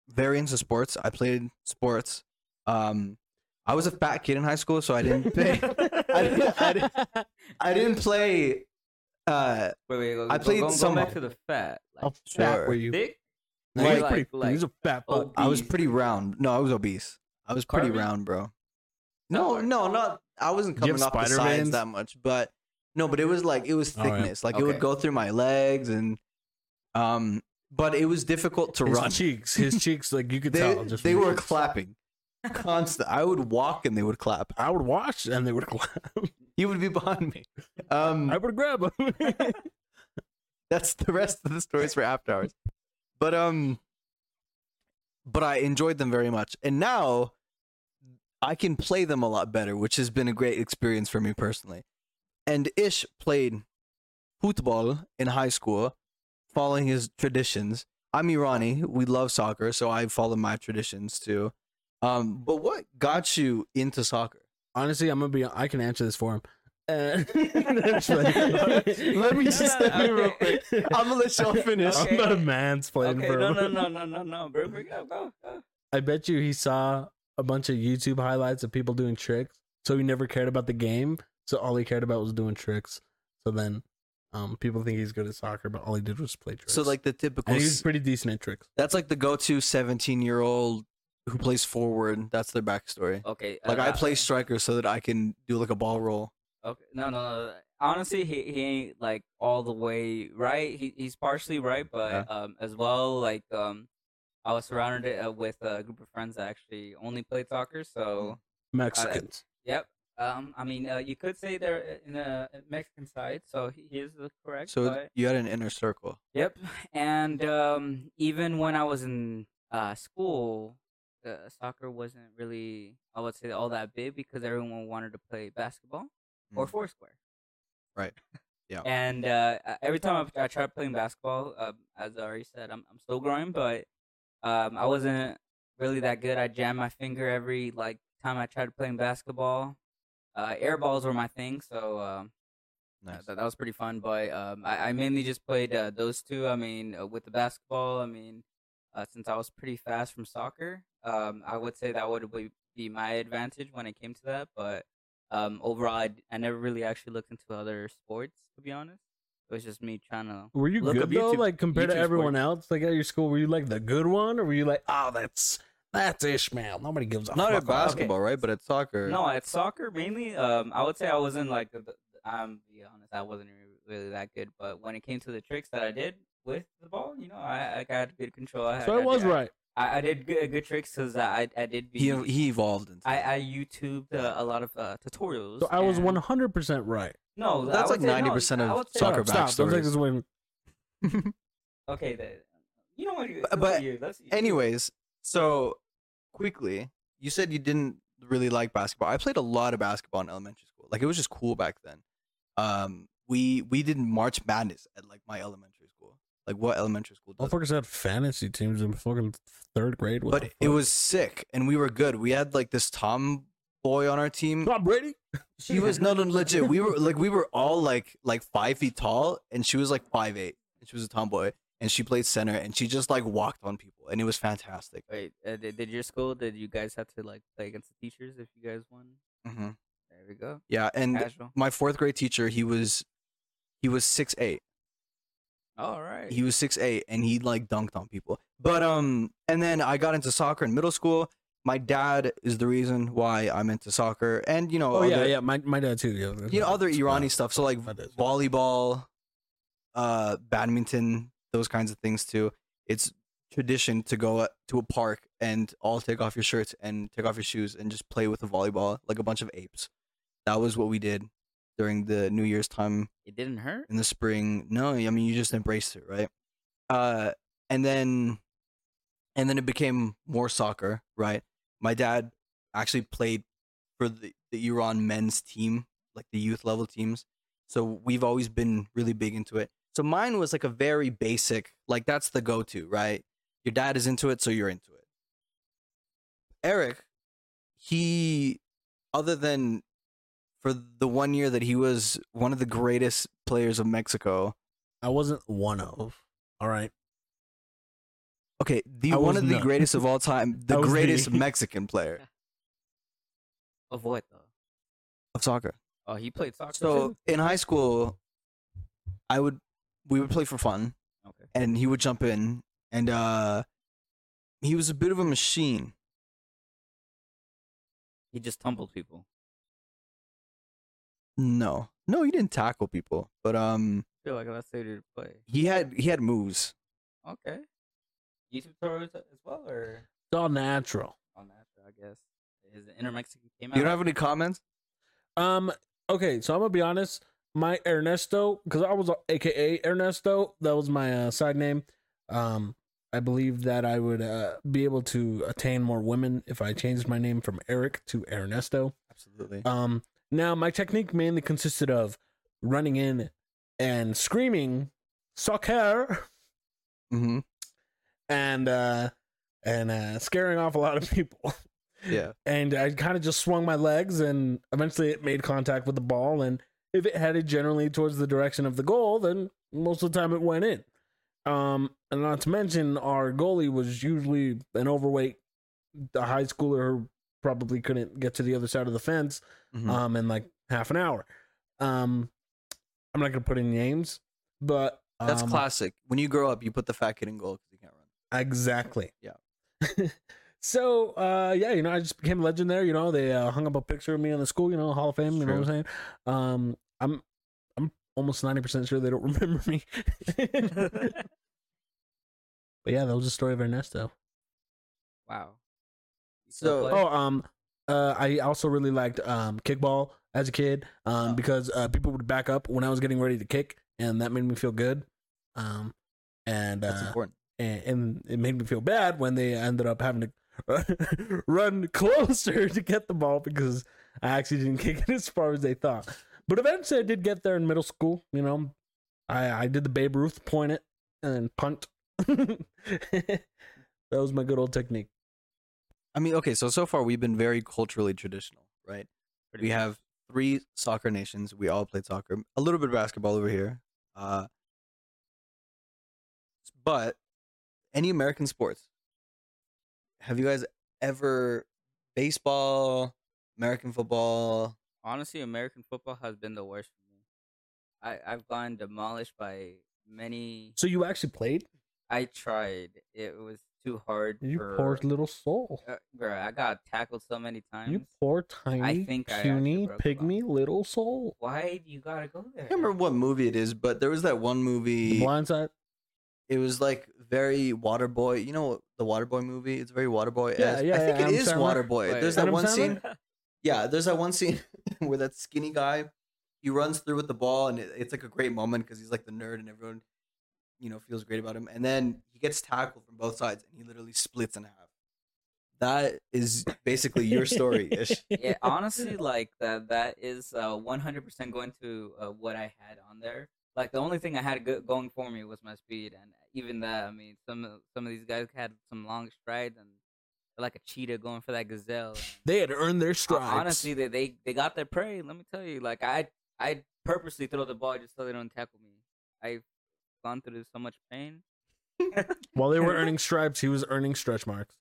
very into sports. I played sports. Um, I was a fat kid in high school, so I didn't play. I I didn't play. Uh, Wait, wait, go, I go- played go, some- Go back to the fat. How Like, fat Sure. were you? thick? He Like- was pretty- like- he was a fat fuck. oh, I was Obese. pretty round. No, I was obese. I was pretty Carving? round, bro. No, hard. no, not. I wasn't Do you have coming off the spider sides veins? that much, but no, but it was like it was Oh, yeah. thickness. Like it would Okay. go through my legs and, um, but it was difficult to His run. cheeks, his cheeks, like you could They, tell. Just they from- were clapping, constant. I would walk and they would clap. I would watch and they would. He would be behind me. I Um, would grab him. that's the rest of the stories for after hours. But um, but I enjoyed them very much, and now I can play them a lot better, which has been a great experience for me personally. And Ish played football in high school, following his traditions. I'm Irani. We love soccer, so I follow my traditions too. Um, but what got you into soccer? Honestly, I'm gonna be. I can answer this for him. Uh, Let me just step in real quick. I'm gonna let y'all finish. I'm Okay. not a man's playing Okay, for no, no, no, no, no, no, bro. bro, Go, go, go. I bet you he saw a bunch of YouTube highlights of people doing tricks, so he never cared about the game. So all he cared about was doing tricks. So then, um, people think he's good at soccer, but all he did was play tricks. So like the typical and he was pretty decent at tricks. That's like the go-to 17-year-old who plays forward. That's their backstory. Okay. Like I uh, play striker so that I can do like a ball roll. Okay. No, no, no. Honestly, he, he ain't like all the way right. He he's partially right, but Yeah. um as well like um I was surrounded uh, with a group of friends that actually only played soccer, so Mexicans. yep. Um, I mean, uh, you could say they're in the Mexican side, so he he is the correct. So but- you had an inner circle. Yep. And um, even when I was in uh, school, uh, soccer wasn't really, I would say, all that big because everyone wanted to play basketball or Mm. foursquare. Right. Yeah. And uh, uh, every time I, I tried playing basketball, um, as I already said, I'm, I'm still growing, but um, I wasn't really that good. I jammed my finger every like time I tried playing basketball. Uh, air balls were my thing, so um, uh, Nice. that, that was pretty fun. But um, I, I mainly just played uh, those two. I mean, uh, with the basketball, I mean, uh, since I was pretty fast from soccer, um, I would say that would be, be my advantage when it came to that. But um, overall, I, d- I never really actually looked into other sports, to be honest. It was just me trying to. Were you Look up good though? YouTube- like compared to YouTube everyone sports. else, like at your school, were you like the good one, or were you like, oh, that's that's Ishmael. Nobody gives a Not fuck at about Okay. basketball, right? But at soccer. No, at soccer mainly. Um, I would say I wasn't like. The, the- I'm be honest, I wasn't re- really that good. But when it came to the tricks that I did with the ball, you know, I, I got good control. I, it. So I got- was I- right. I, I did good, good tricks because I I did be He he evolved into. that. I I YouTubed uh, a lot of uh, tutorials. So I was and- one hundred percent right. No, That's I would like say- 90% of no, I would say- Soccer Stop, stop. Don't take backstories. this away. from- Okay, the, you know what? you- But- look but at you, let's- you- Anyways, so quickly, you said you didn't really like basketball. I played a lot of basketball in elementary school. Like it was just cool back then. Um, we we did March Madness at like my elementary school. Like what elementary school? Does Motherfuckers had fantasy teams in fucking third grade. What but the it fuck? was sick, and we were good. We had like this tomboy on our team. Tom Brady. She was no, no, legit. We were like, we were all like, like five feet tall, and she was like five eight, and she was a tomboy, and she played center, and she just like walked on people, and it was fantastic. Wait, uh, did, did your school? Did you guys have to like play against the teachers if you guys won? Mm-hmm. hmm There we go. Yeah, and Casual. my fourth grade teacher, he was, he was six eight. All right. He was six eight, and he like dunked on people. But um, and then I got into soccer in middle school. My dad is the reason why I'm into soccer, and you know, Oh yeah, other- yeah. My my dad too. Yeah. you know, other Irani stuff. So like My dad too. volleyball, uh, badminton, those kinds of things too. It's tradition to go a- to a park and all take off your shirts and take off your shoes and just play with a volleyball like a bunch of apes. That was what we did during the New Year's time it didn't hurt. in the spring. No, I mean you just embraced it, right? Uh, and then, and then it became more soccer, right? My dad actually played for the, the Iran men's team, like the youth level teams. So we've always been really big into it. So mine was like a very basic, like that's the go to, right? Your dad is into it, so you're into it. Eric, he, other than for the one year that he was one of the greatest players of Mexico. I wasn't one of. All right. Okay, the I one was of the not. greatest of all time, the I was greatest the- Mexican player Of what though? of soccer. Oh, he played soccer. So too? in high school, I would we would play for fun, okay. and he would jump in, and uh, he was a bit of a machine. He just tumbled people. No, no, he didn't tackle people, but um, I feel like that's how to play. he had he had moves. Okay. YouTube tutorials as well, or It's all natural. on that, I guess. His inner Mexican came out. You don't have any comments? Um. Okay. So I'm gonna be honest. My Ernesto, because I was uh, AKA Ernesto. That was my uh, side name. Um. I believe that I would uh, be able to attain more women if I changed my name from Eric to Ernesto. Absolutely. Um, now my technique mainly consisted of running in and screaming soccer hmm and uh and uh scaring off a lot of people. Yeah. And I kind of just swung my legs and eventually it made contact with the ball and if it headed generally towards the direction of the goal, then most of the time it went in. Um and not to mention our goalie was usually an overweight a high schooler who probably couldn't get to the other side of the fence Mhm. um in like half an hour. Um I'm not gonna put in names, but um, That's classic. When you grow up, you put the fat kid in goal because he can't run. Exactly. Yeah. so uh yeah, you know, I just became a legend there, you know. They uh, hung up a picture of me in the school, you know, Hall of Fame, you know what I'm saying? Um I'm I'm almost 90% sure they don't remember me. but yeah, that was the story of Ernesto. wow. You still So- play? Oh, um uh, I also really liked um, kickball as a kid Uh-huh. um, because uh, people would back up when I was getting ready to kick, and that made me feel good. Um, and That's uh, important. and, and it made me feel bad when they ended up having to run closer to get the ball because I actually didn't kick it as far as they thought. But eventually, I did get there in middle school. You know, I I did the Babe Ruth point it and punt. that was my good old technique. I mean, okay, so so far we've been very culturally traditional, right? we have three soccer nations. We all played soccer. A little bit of basketball over here. Uh, but any American sports? Have you guys ever baseball, American football? honestly, American football has been the worst for me. I I've gone demolished by many. So you actually played, I tried. It was too hard. you for, poor little soul. uh, bro. I got tackled so many times. You poor tiny, think I actually puny, broke the bone. pigmy little soul. Why do you gotta go there? I can't remember what movie it is, but there was that one The movie. blind side. It was like very Waterboy. You know the Waterboy movie? It's very Waterboy. Yeah, yeah, I think yeah, it Adam is Sandler. Waterboy. Wait, There's that Adam one Sandler? scene. Yeah, there's that one scene where that skinny guy he runs through with the ball, and it, it's like a great moment because he's like the nerd, and everyone you know feels great about him. And then he gets tackled from both sides, and he literally splits in half. That is basically your story ish. yeah, honestly, like that that is uh, 100% going to uh, what I had on there. Like the only thing I had go- going for me was my speed, and even that, I mean, some of- some of these guys had some long strides and they're like a cheetah going for that gazelle. They had earned their Hon- stripes. Honestly, they, they they got their prey. Let me tell you, like I I purposely throw the ball just so they don't tackle me. I've gone through so much pain. While they were earning stripes, he was earning stretch marks.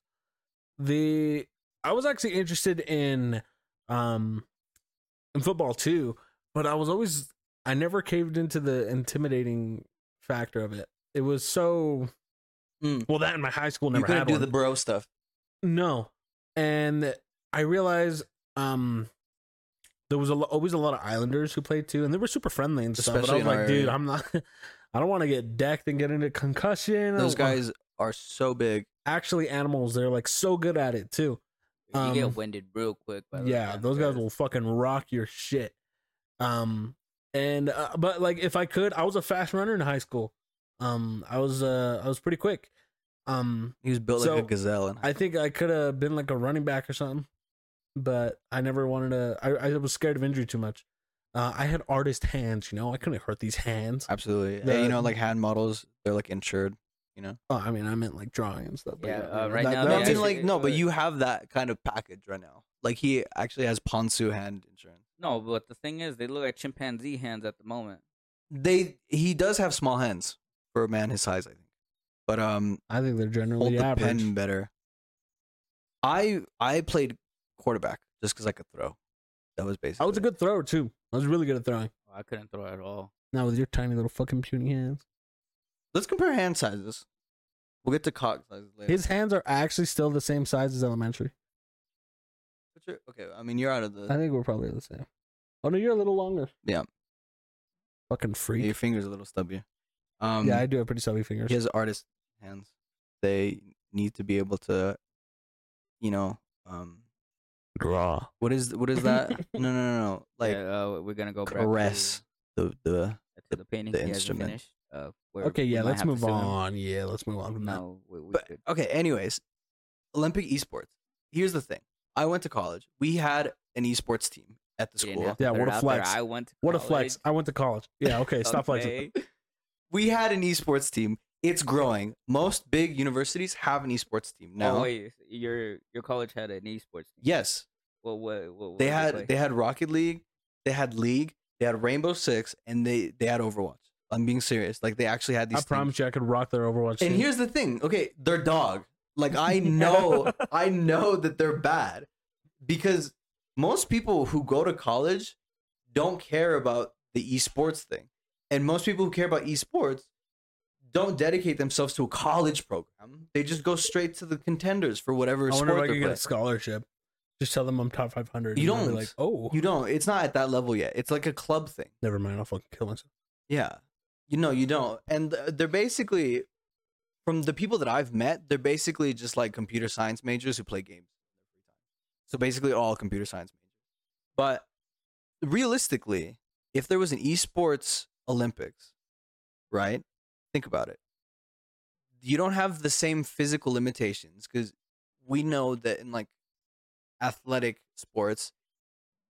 The I was actually interested in um in football too, but I was always I never caved into the intimidating factor of it. It was so Mm. well that in my high school you never couldn't had do one. the bro stuff. No. And I realized um there was a, lo- always a lot of Islanders who played too, and they were super friendly and stuff. Especially in but our I was like, dude, area. I'm not. I don't want to get decked and get into concussion. Those I don't- guys are so big. actually animals. They're like so good at it too. you Um, get winded real quick. By those yeah, those guys because- will fucking rock your shit. Um, and uh, but like if I could, I was a fast runner in high school. Um, I was uh I was pretty quick. Um, He was built like So, a gazelle. And I think I could have been like a running back or something, but I never wanted to. I, I was scared of injury too much. Uh, I had artist hands, you know. I couldn't hurt these hands. absolutely. the- And, you know, like hand models, they're like insured. Oh, I mean, I meant like drawing and stuff. but Yeah, you uh, know, right now No, they I mean, actually- like no, but uh, you have that kind of package right now. Like he actually has Ponsu hand insurance. No, but the thing is, they look like chimpanzee hands at the moment. They he does have small hands for a man his size, I think. But um, I think they're hold generally the average. pen better. I I played quarterback just because I could throw. That was basically. I was a it. good thrower too. I was really good at throwing. Oh, I couldn't throw at all. Now with your tiny little fucking puny hands, Let's compare hand sizes. We'll get to cock sizes later. his hands are actually still the same size as elementary. But you're- okay, I mean you're out of I the. think we're probably the same. Oh no, you're a little longer. Yeah. Fucking freak. Your fingers a little stubby. Um, yeah, I do have pretty stubby fingers. he has artist hands. They need to be able to, you know, um, Draw. What is what is that? no, no, no, no. Like Yeah, uh, we're gonna go back to- caress the the. to the painting the he hasn't instrument. finished. Uh, we're- Okay, we yeah, might let's have to move sue him. on. Yeah, let's move on from that. No, we, we But should. okay, anyways, Olympic esports. Here's the thing. I went to college. We had an esports team at the we didn't school. have to Yeah, put what it a out there. flex. I went. To What a flex. I went to college. Yeah, okay, stop flexing. We had an esports team. It's growing. Most big universities have an esports team now. No, Oh, wait, your your college had an esports. Team. Yes, What, what, what, what they did had play? they had Rocket League, they had League, they had Rainbow Six, and they they had Overwatch. I'm being serious. Like they actually had these. I teams. promise you I could rock their Overwatch. And team. here's the thing. Okay, they're dog. Like I know, I know that they're bad because most people who go to college don't care about the esports thing, and most people who care about esports don't dedicate themselves to a college program. They just go straight to the contenders for whatever I sport wonder if they're I could get playing. a scholarship. Just tell them I'm top 500. You and they'll be don't. like, oh, You don't. It's not at that level yet. It's like a club thing. never mind. I'll fucking kill myself. Yeah. You know, you don't. And th- they're basically, from the people that I've met, they're basically just like computer science majors who play games. So basically, all computer science majors. But realistically, if there was an esports Olympics, right? Think about it. You don't have the same physical limitations because we know that in like athletic sports,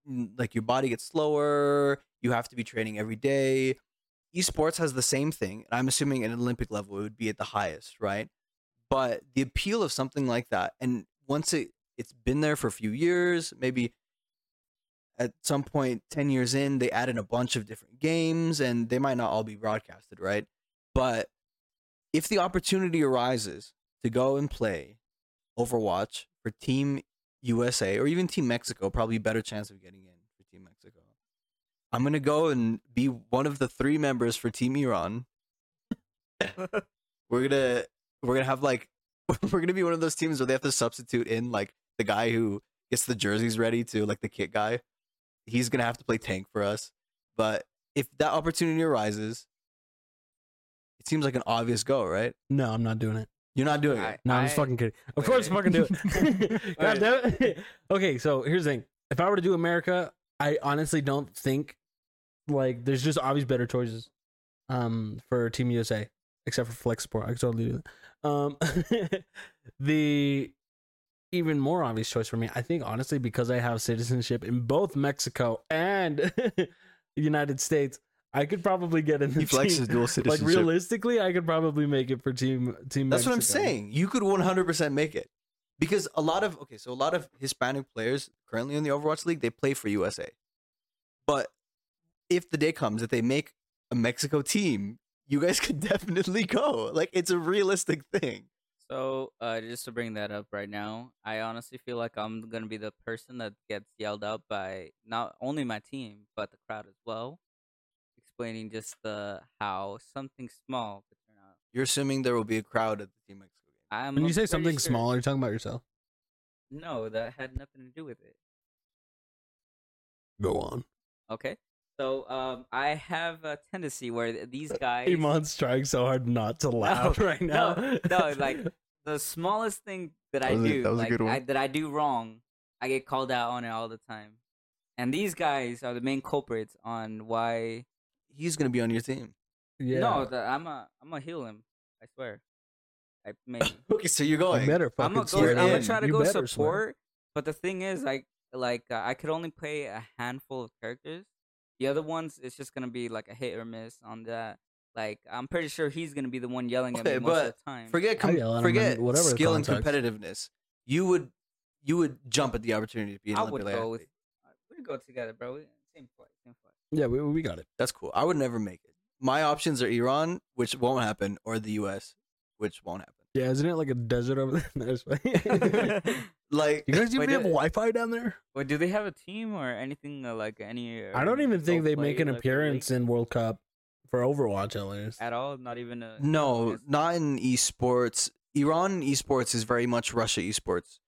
n- like your body gets slower, you have to be training every day. Esports has the same thing, and I'm assuming at an Olympic level it would be at the highest, right? But the appeal of something like that, and once it it's been there for a few years, maybe at some point 10 years in they added a bunch of different games and they might not all be broadcasted right but if the opportunity arises to go and play overwatch for team usa or even team mexico probably better chance of getting in for team mexico i'm going to go and be one of the three members for team iran we're going to we're going to have like we're going to be one of those teams where they have to substitute in like the guy who gets the jerseys ready to like the kit guy he's gonna have to play tank for us. But if that opportunity arises, it seems like an obvious go, right? No, I'm not doing it. You're not doing I- it. No, I'm I- just fucking kidding. Of course, Wait. fucking do it. God Wait. damn it. Okay, so here's the thing. If I were to do America, I honestly don't think like there's just obvious better choices um for Team USA except for flex support. I could totally do that. Um, the even more obvious choice for me, I think honestly, because I have citizenship in both Mexico and the United States, I could probably get in the He flexes team. dual Like citizenship. realistically, I could probably make it for team team. That's what I'm Mexico. saying. You could 100% make it because a lot of okay, so a lot of Hispanic players currently in the Overwatch League they play for USA, but if the day comes that they make a Mexico team, you guys could definitely go. Like it's a realistic thing. So, uh, just to bring that up right now, I honestly feel like I'm gonna be the person that gets yelled out by not only my team but the crowd as well, explaining just the how something small could turn out. You're assuming there will be a crowd at the Team Mexico game. I'm When you say pretty something sure- small, you're talking about yourself. no, that had nothing to do with it. Go on. Okay, so um, I have a tendency where th- these guys, Iman's trying so hard not to laugh right now. no, no, like- the smallest thing that, I was a- do, that was a like, good one. I, that I do wrong, I get called out on it all the time, and these guys are the main culprits on why. He's gonna be on your team. yeah. No, the, I'm a I'm a heal him. I swear. I maybe. Okay, so you're You going. better fucking I'm gonna go. swear I'm it gonna in. try to You go better support. swear. But the thing is, like, like uh, I could only play a handful of characters. The other ones, it's just gonna be like a hit or miss on that. Like, I'm pretty sure he's gonna be the one yelling Okay, at me most of but the time. Forget I com- yell at 'em forget in whatever skill and context. competitiveness. You would you would jump at the opportunity to be an I Olympic would go with. athlete. We go together, bro. We, same flight, same flight. Yeah, we, we got it. That's cool. I would never make it. My options are Iran, which won't happen, or the U.S., which won't happen. Yeah, isn't it like a desert over there? No, just kidding. Like you guys wait, even have no- Wi-Fi down there? Wait, do they have a team or anything uh, like any? I don't uh, even think low they make play, an like, league appearance in World Cup for Overwatch at least. at all. Not even a No, Yes. not in esports. Iran esports is very much Russia esports.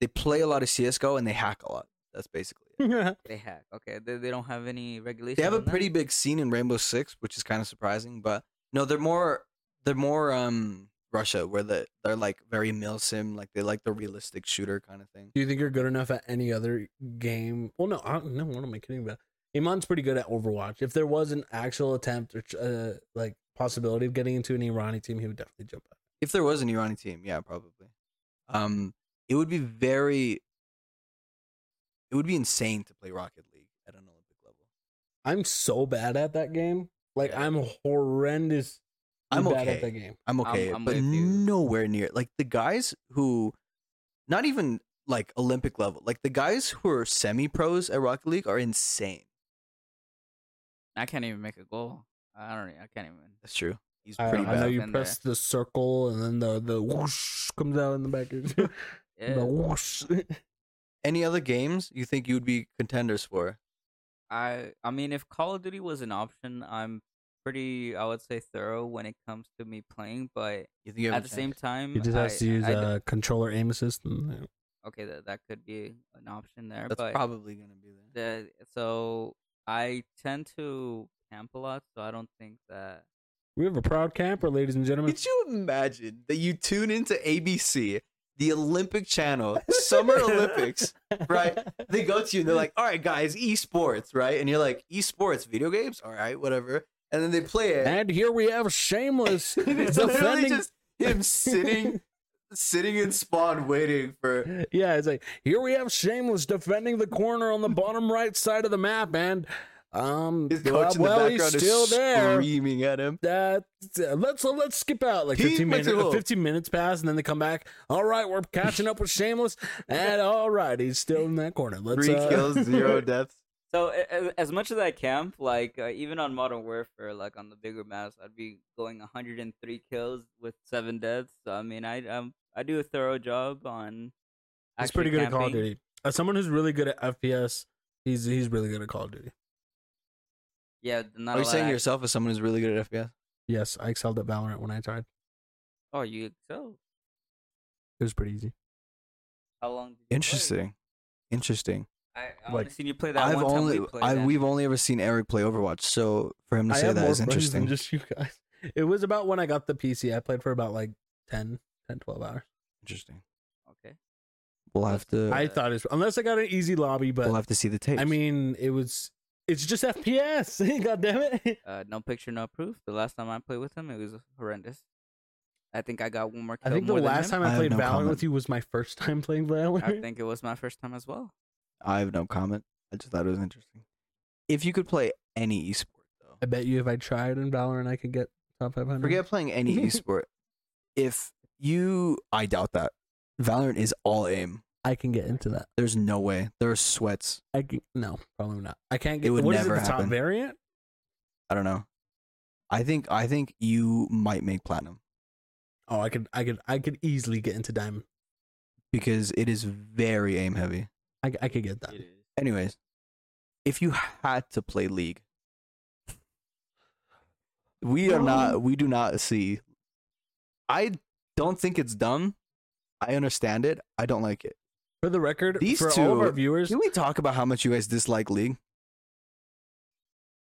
They play a lot of CS:GO and they hack a lot. That's basically. It. They hack. Okay, they, they don't have any regulations. They have a on that? pretty big scene in Rainbow Six, which is kind of surprising. But no, they're more they're more um Russia, where the, they're like very milsim, like they like the realistic shooter kind of thing. Do you think you're good enough at any other game? Well, no, I, no. What am I kidding about? Iman's pretty good at Overwatch. If there was an actual attempt or uh, like possibility of getting into an Irani team, he would definitely jump up. If there was an Irani team, yeah, probably. Um, it would be very, it would be insane to play Rocket League at an Olympic level. I'm so bad at that game. Like I'm horrendous. I'm bad at that okay. game. I'm okay, I'm but with you. nowhere near like the guys who, not even like Olympic level, like the guys who are semi pros at Rocket League are insane. I can't even make a goal. I don't. e, I can't even. That's true. He's I, pretty I bad. know you Been press the circle and then the the whoosh comes out in the back. of your- Yeah, The whoosh. any other games you think you'd be contenders for? I. I mean, if Call of Duty was an option, I'm pretty. I would say thorough when it comes to me playing. But You think you have at a the same chance? time, He just has I- to use I d- uh, controller aim assist. And, okay, that that could be an option there. that's but probably gonna be there. the, so I tend to camp a lot, so I don't think that. we have a proud camper, ladies and gentlemen. Could you imagine that you tune into ABC the Olympic Channel, Summer Olympics, right? They go to you and they're like, all right, guys, esports, right? And you're like, esports, video games? All right, whatever. And then they play it. And here we have Shameless And it's literally defending. just him sitting, sitting in spawn waiting for. Yeah, it's like here we have Shameless defending the corner on the bottom right side of the map, and um, His coach in the well, background he's still is there. screaming at him. that uh, let's uh, let's skip out like He 15 makes minutes a goal. 15 minutes pass and then they come back all right we're catching up with shameless and all right he's still in that corner let's Three uh, kills, zero deaths. So a- a- as much as I camp, like uh, even on Modern Warfare, like on the bigger maps, I'd be going 103 kills with seven deaths. So I mean, I um, I do a thorough job on. he's actually pretty good at call of camping. duty as someone who's really good at fps he's he's really good at call of duty Yeah, not Are a you lot saying of act- yourself as someone who's really good at FPS? yes i excelled at valorant when i tried Oh, you so it was pretty easy how long? Did you play? Interesting, interesting. I, I Like, only seen you play that. I've one time only we played I, that. we've only ever seen Eric play Overwatch, so for him to say that is friends than interesting. just you guys it was about when i got the pc i played for about like 10 10 12 hours Interesting. okay. We'll have to uh, i thought it's unless i got an easy lobby but we'll have to see the tapes. i mean it was it's just fps god damn it Uh, no picture, no proof. The last time I played with him, it was horrendous. I think I got one more. I Kill think the more than last time him. I I, have played no Valorant comment. with you was my first time playing I Valorant. think it was my first time as well. I have no comment. I just thought it was interesting. If you could play any esport though, I bet you if I tried in Valorant, I could get top 500. forget playing any esport. If you, I doubt that. Valorant is all aim. I can get into that. There's no way. There are sweats. I can, no, probably not. I can't It get. would what is never it? The happen. top variant? I don't know. I think I think you might make platinum Oh, I could, I could, I could easily get into diamond. because it is very aim heavy. I, I could get that. Anyways, if you had to play League, we are Um, not. We do not see. I don't think it's dumb. I understand it. I don't like it. For the record, These for all of our two- viewers, Can we talk about how much you guys dislike League?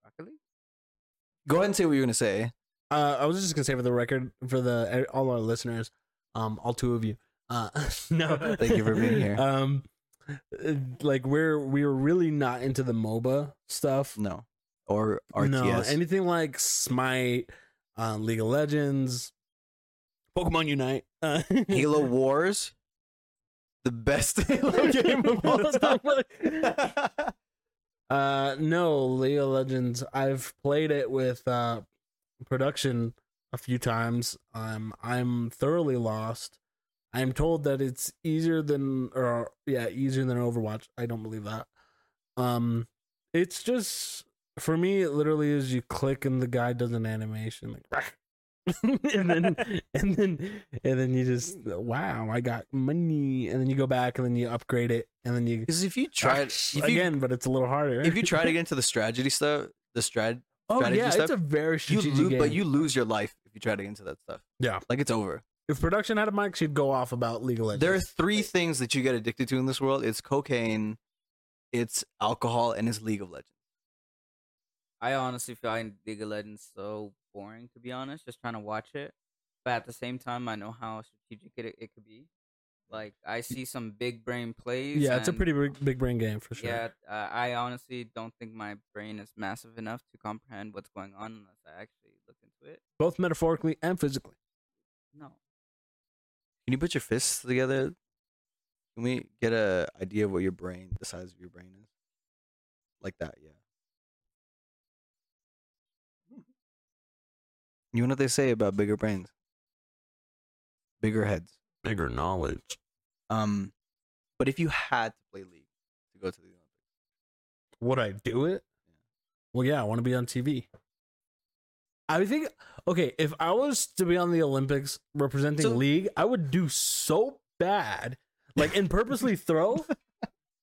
Rocket League? Go ahead and say what you're gonna say. uh, I was just gonna say for the record, for the eh, all our listeners, um, all two of you. Uh, no, Thank you for being here. Um, uh, like we're we're really not into the MOBA stuff. No, or No, RTS. anything like Smite, uh, League of Legends, Pokemon Unite, uh, Halo Wars, the best Halo game of all time. uh, no, League of Legends. I've played it with uh, production a few times. Um, I'm thoroughly lost. I'm told that it's easier than, or yeah, easier than Overwatch. I don't believe that. Um, it's just for me. It literally is you click and the guy does an animation like, and then and then and then you just wow, I got money, and then you go back and then you upgrade it, and then you Because if you try if you, again, but it's a little harder. if you try to get into the strategy stuff, the strat oh strategy yeah, stuff, it's a very you strategic lose, game. but you lose your life if you try to get into that stuff. Yeah. like it's over. if production had a mic, she'd go off about League of Legends. There are three things that you get addicted to in this world: it's cocaine, it's alcohol, and it's League of Legends. I honestly find League of Legends so boring, to be honest, just trying to watch it. But at the same time, I know how strategic it, it could be. Like, I see some big brain plays. yeah, it's a and, pretty big, big brain game for sure. Yeah, uh, I honestly don't think my brain is massive enough to comprehend what's going on unless I actually look into it. both metaphorically and physically. No. Can you put your fists together? Can we get a idea of what your brain, the size of your brain is? Like that, yeah. You know what they say about bigger brains, bigger heads. Bigger knowledge. Um, but if you had to play League to go to the Olympics, Would I do it? Well, yeah, I want to be on TV. I think okay, if I was to be on the Olympics representing So- league, I would do so bad, like and purposely throw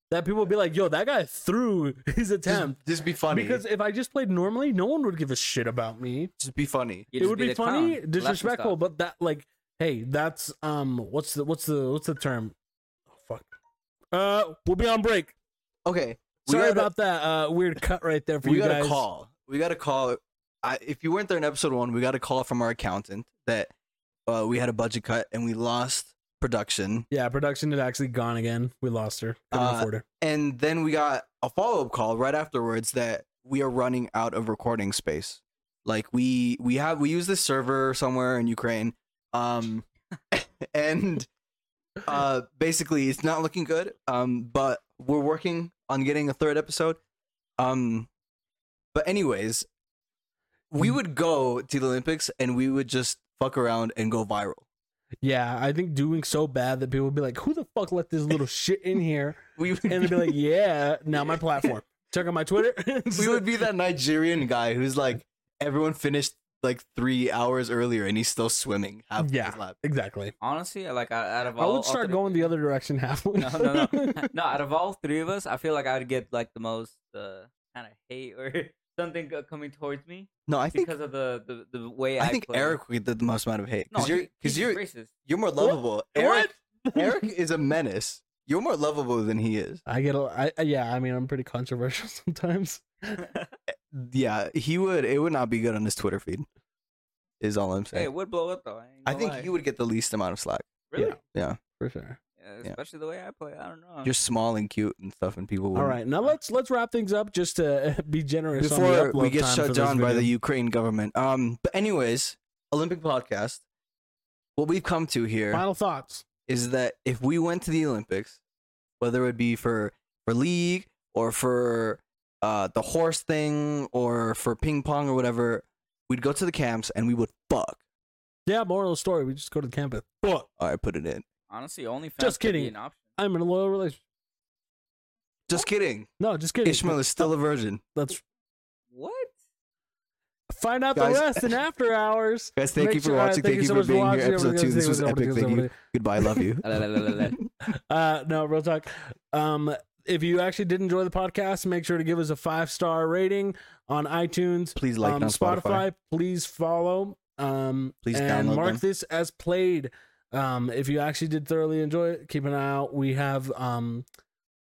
that people would be like, "Yo, that guy threw his attempt." just, just be funny. Because if I just played normally, no one would give a shit about me. just be funny. it You just would be, the funny, clown, disrespectful, laughing but that like, hey, that's um, what's the what's the what's the term? Oh fuck. Uh, we'll be on break. Okay, we Sorry gotta- about that uh, weird cut right there for we you got guys. a call. We got a call. I, if you weren't there in episode one, we got a call from our accountant that uh, we had a budget cut and we lost production, Yeah, production had actually gone again. We lost her. Couldn't Uh, afford her. and then we got a follow up call right afterwards that we are running out of recording space. Like we we have we use this server somewhere in Ukraine, um, and uh, basically it's not looking good. Um, but we're working on getting a third episode. Um, but anyways, we would go to the Olympics and we would just fuck around and go viral. Yeah, I think doing so bad that people would be like, "Who the fuck let this little shit in here?" We would And they'd be like, "Yeah, now my platform." Check out my Twitter. we would be that Nigerian guy who's like everyone finished like three hours earlier and he's still swimming half Yeah. his lap. exactly. Honestly, like out out of I all, all would start three- going the other direction halfway. No, no, no, no. Out of all three of us, I feel like I'd get like the most uh, kind of hate or something go- coming towards me No, I think because of the the, the way I, I think play. Eric would get the most amount of hate No, because you're he- he's because you're racist. you're more lovable. Eric What? Eric is a menace. You're more lovable than he is. I get a, I, I- yeah. I mean, I'm pretty controversial sometimes. Yeah, he would. It would not be good on his Twitter feed. Is all I'm Hey, saying. it would blow up though. I, ain't I gonna think lie. you would get the least amount of slack. really, Yeah. for sure. Yeah, Yeah. especially the way I play. I don't know. You're small and cute and stuff, and people. All Wouldn't. right, now let's let's wrap things up just to uh, be generous. on the before we upload get time for shut this down by the video. Ukraine government. Um, but anyways, Olympic podcast. What we've come to here is final thoughts. that if we went to the Olympics, whether it be for for league or for uh, the horse thing or for ping pong or whatever, we'd go to the camps and we would fuck. Yeah, moral of the story. We just go to the campus. But All right, put it in. Honestly, OnlyFans Just could be kidding. an option. I'm in a loyal relationship. Just kidding. No, just kidding. Ishmael is still a virgin. Let's What? find out Guys- the rest in after hours. Guys, thank Make you for sure- all right, watching. Thank you, so for much being here. watching. Episode two. Everybody This goes, was everybody epic. goes, Thank you. everybody- Goodbye. I love you. Uh, no, real talk. Um, if you actually did enjoy the podcast, make sure to give us a five star rating on iTunes, Please like um, on Spotify. Please follow. Um, Please and download mark them. this as played. Um, if you actually did thoroughly enjoy it, keep an eye out. We have um,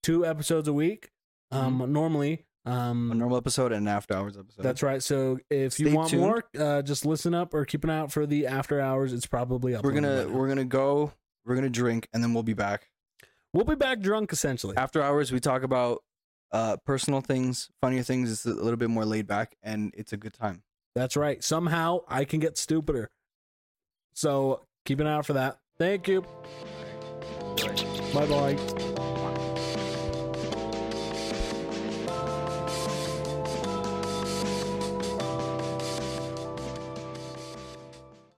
two episodes a week. Um, normally. Mm-hmm. A Um, normal episode and an after hours episode. that's right. So if you Stay want tuned. more, uh, just listen up or keep an eye out for the after hours. It's probably up. we're gonna we're gonna go we're gonna drink and then we'll be back we'll be back drunk essentially. after hours we talk about uh personal things funnier things it's a little bit more laid back and it's a good time That's right. Somehow I can get stupider. So keep an eye out for that. Thank you. Bye What? bye.